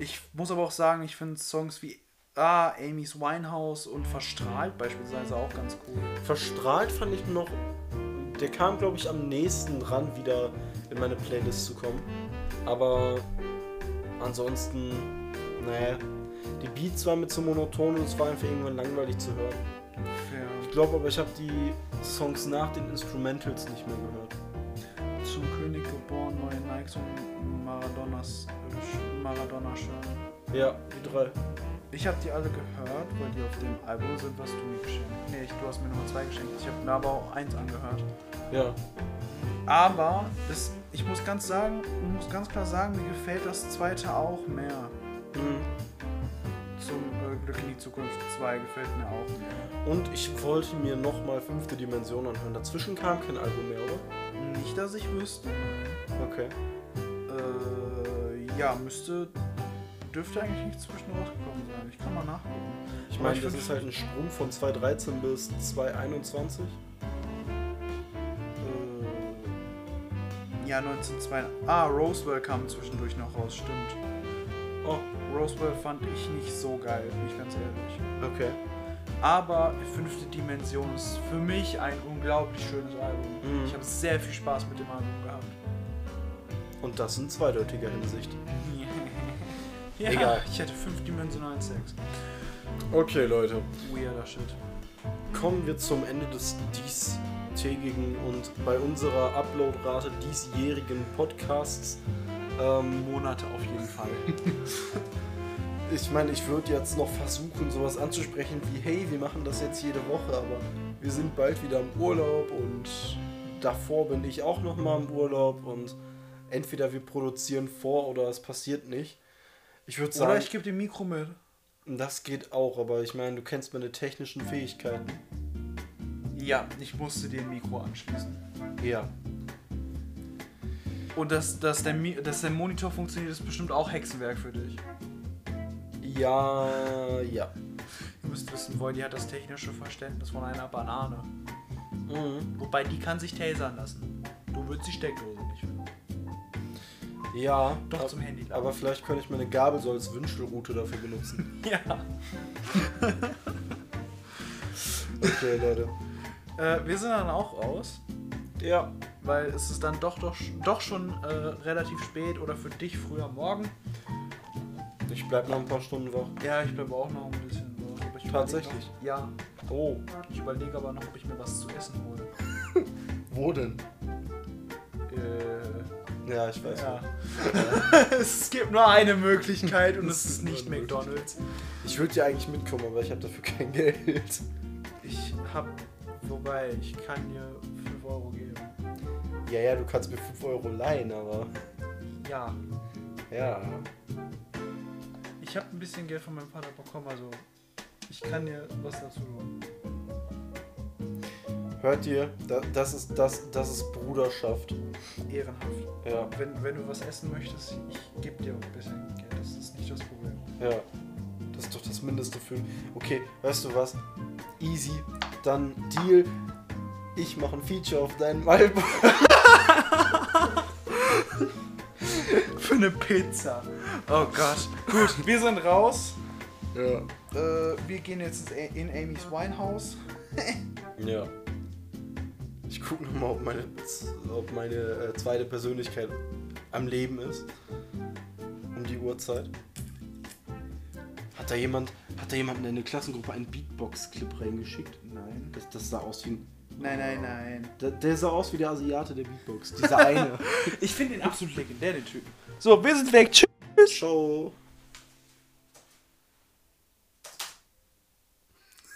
S2: Ich muss aber auch sagen, ich finde Songs wie ah, Amy's Winehouse und Verstrahlt beispielsweise auch ganz cool.
S1: Äh, Verstrahlt fand ich noch, der kam, glaube ich, am nächsten ran, wieder in meine Playlist zu kommen. Aber ansonsten, naja, die Beats waren mir zu monoton und es war einfach irgendwann langweilig zu hören. Ich glaube aber, ich habe die Songs nach den Instrumentals nicht mehr gehört.
S2: Zum König geboren, neue Nikes und Maradonas, äh, Maradona Schirm.
S1: Ja, die drei.
S2: Ich habe die alle gehört, weil die auf dem Album sind, was du mir geschenkt hast. Nee, ich, du hast mir nochmal zwei geschenkt. Ich habe mir aber auch eins angehört.
S1: Ja.
S2: Aber es, ich muss ganz sagen, muss ganz klar sagen, mir gefällt das zweite auch mehr.
S1: Mhm.
S2: Zum äh, Glück in die Zukunft 2 gefällt mir auch mehr.
S1: Und ich wollte mir nochmal fünfte Dimension anhören. Dazwischen kam kein Album mehr, oder?
S2: Nicht, dass ich wüsste.
S1: Okay.
S2: Äh, ja, müsste. Dürfte eigentlich nicht zwischen rausgekommen sein. Ich kann mal nachgucken.
S1: Ich
S2: Aber
S1: meine,
S2: ich
S1: das
S2: find-
S1: ist halt ein Sprung von 2013 bis 2021.
S2: Äh, ja, 1902. Ah, Roswell kam zwischendurch noch raus, stimmt.
S1: Oh,
S2: Roswell fand ich nicht so geil, bin ich ganz ehrlich.
S1: okay.
S2: Aber Fünfte Dimension ist für mich ein unglaublich schönes Album.
S1: Mhm.
S2: Ich habe sehr viel Spaß mit dem Album gehabt.
S1: Und das in zweideutiger Hinsicht.
S2: ja,
S1: Egal.
S2: Ich hätte fünfdimensionalen Sex.
S1: Okay, Leute.
S2: Weirder Shit.
S1: Kommen wir zum Ende des dies, zweitägigen und bei unserer Uploadrate diesjährigen Podcasts. Ähm,
S2: Monate auf jeden Fall.
S1: ich meine, ich würde jetzt noch versuchen, sowas anzusprechen wie, hey, wir machen das jetzt jede Woche, aber wir sind bald wieder im Urlaub und davor bin ich auch nochmal im Urlaub und entweder wir produzieren vor oder es passiert nicht. Ich würde
S2: Oder
S1: sagen,
S2: ich gebe dem Mikro mit.
S1: das geht auch, aber ich meine, du kennst meine technischen Fähigkeiten.
S2: Ja, ich musste dir ein Mikro anschließen.
S1: Ja.
S2: Und dass, dass, der, Mi- dass der Monitor funktioniert, ist bestimmt auch Hexenwerk für dich.
S1: Ja, ja.
S2: Ihr müsst wissen, Voidy hat das technische Verständnis von einer Banane.
S1: Mhm.
S2: Wobei, die kann sich tasern lassen. Du würdest die Steckdose nicht finden.
S1: Ja.
S2: Doch,
S1: ab-
S2: zum Handy. lang.
S1: Aber vielleicht könnte ich meine Gabel so als Wünschelrute dafür benutzen.
S2: Ja.
S1: Okay, Leute.
S2: Äh, wir sind dann auch aus,
S1: Ja.
S2: weil es ist dann doch, doch, doch schon äh, relativ spät oder für dich früh am Morgen.
S1: Ich bleib noch ein paar Stunden wach.
S2: Ja, ich bleibe auch noch ein bisschen wach. aber ich überleg
S1: Tatsächlich?
S2: Noch, ja.
S1: Oh,
S2: Ich überlege aber noch, ob ich mir was zu essen hole.
S1: wo denn?
S2: Äh.
S1: Ja, ich weiß
S2: Ja.
S1: nicht.
S2: es gibt nur eine Möglichkeit und es ist nicht
S1: nur eine
S2: McDonalds.
S1: Ich würde ja eigentlich mitkommen, aber ich habe dafür kein Geld.
S2: Ich hab. Wobei, ich kann dir 5 Euro geben.
S1: Ja, ja, du kannst mir 5 Euro leihen, aber.
S2: Ja.
S1: Ja.
S2: Ich hab ein bisschen Geld von meinem Vater bekommen, also. Ich kann dir was dazu tun.
S1: Hört ihr? Da, das, ist, das, das ist Bruderschaft.
S2: Ehrenhaft.
S1: Ja,
S2: Wenn, wenn du was essen möchtest, ich gebe dir ein bisschen Geld. Das ist nicht das Problem.
S1: ja. Das ist doch das Mindeste für. Okay, weißt du was? Easy. Dann Deal. Ich mache ein Feature auf deinem Album.
S2: Für eine Pizza. Oh Gott. Gut, wir sind raus.
S1: Ja.
S2: Äh, wir gehen jetzt in Amy's Winehouse.
S1: Ja. Ich gucke nochmal, ob meine, ob meine äh, zweite Persönlichkeit am Leben ist. Um die Uhrzeit. Hat da jemand, hat da jemand in deine Klassengruppe einen Beatbox-Clip reingeschickt?
S2: Nein.
S1: Das, das sah aus wie ein.
S2: Nein, nein, nein.
S1: Der, der sah aus wie der Asiate, der Beatbox. Dieser eine.
S2: Ich finde ihn absolut legendär, den Typen. So, wir sind weg. Tschüss.
S1: Ciao.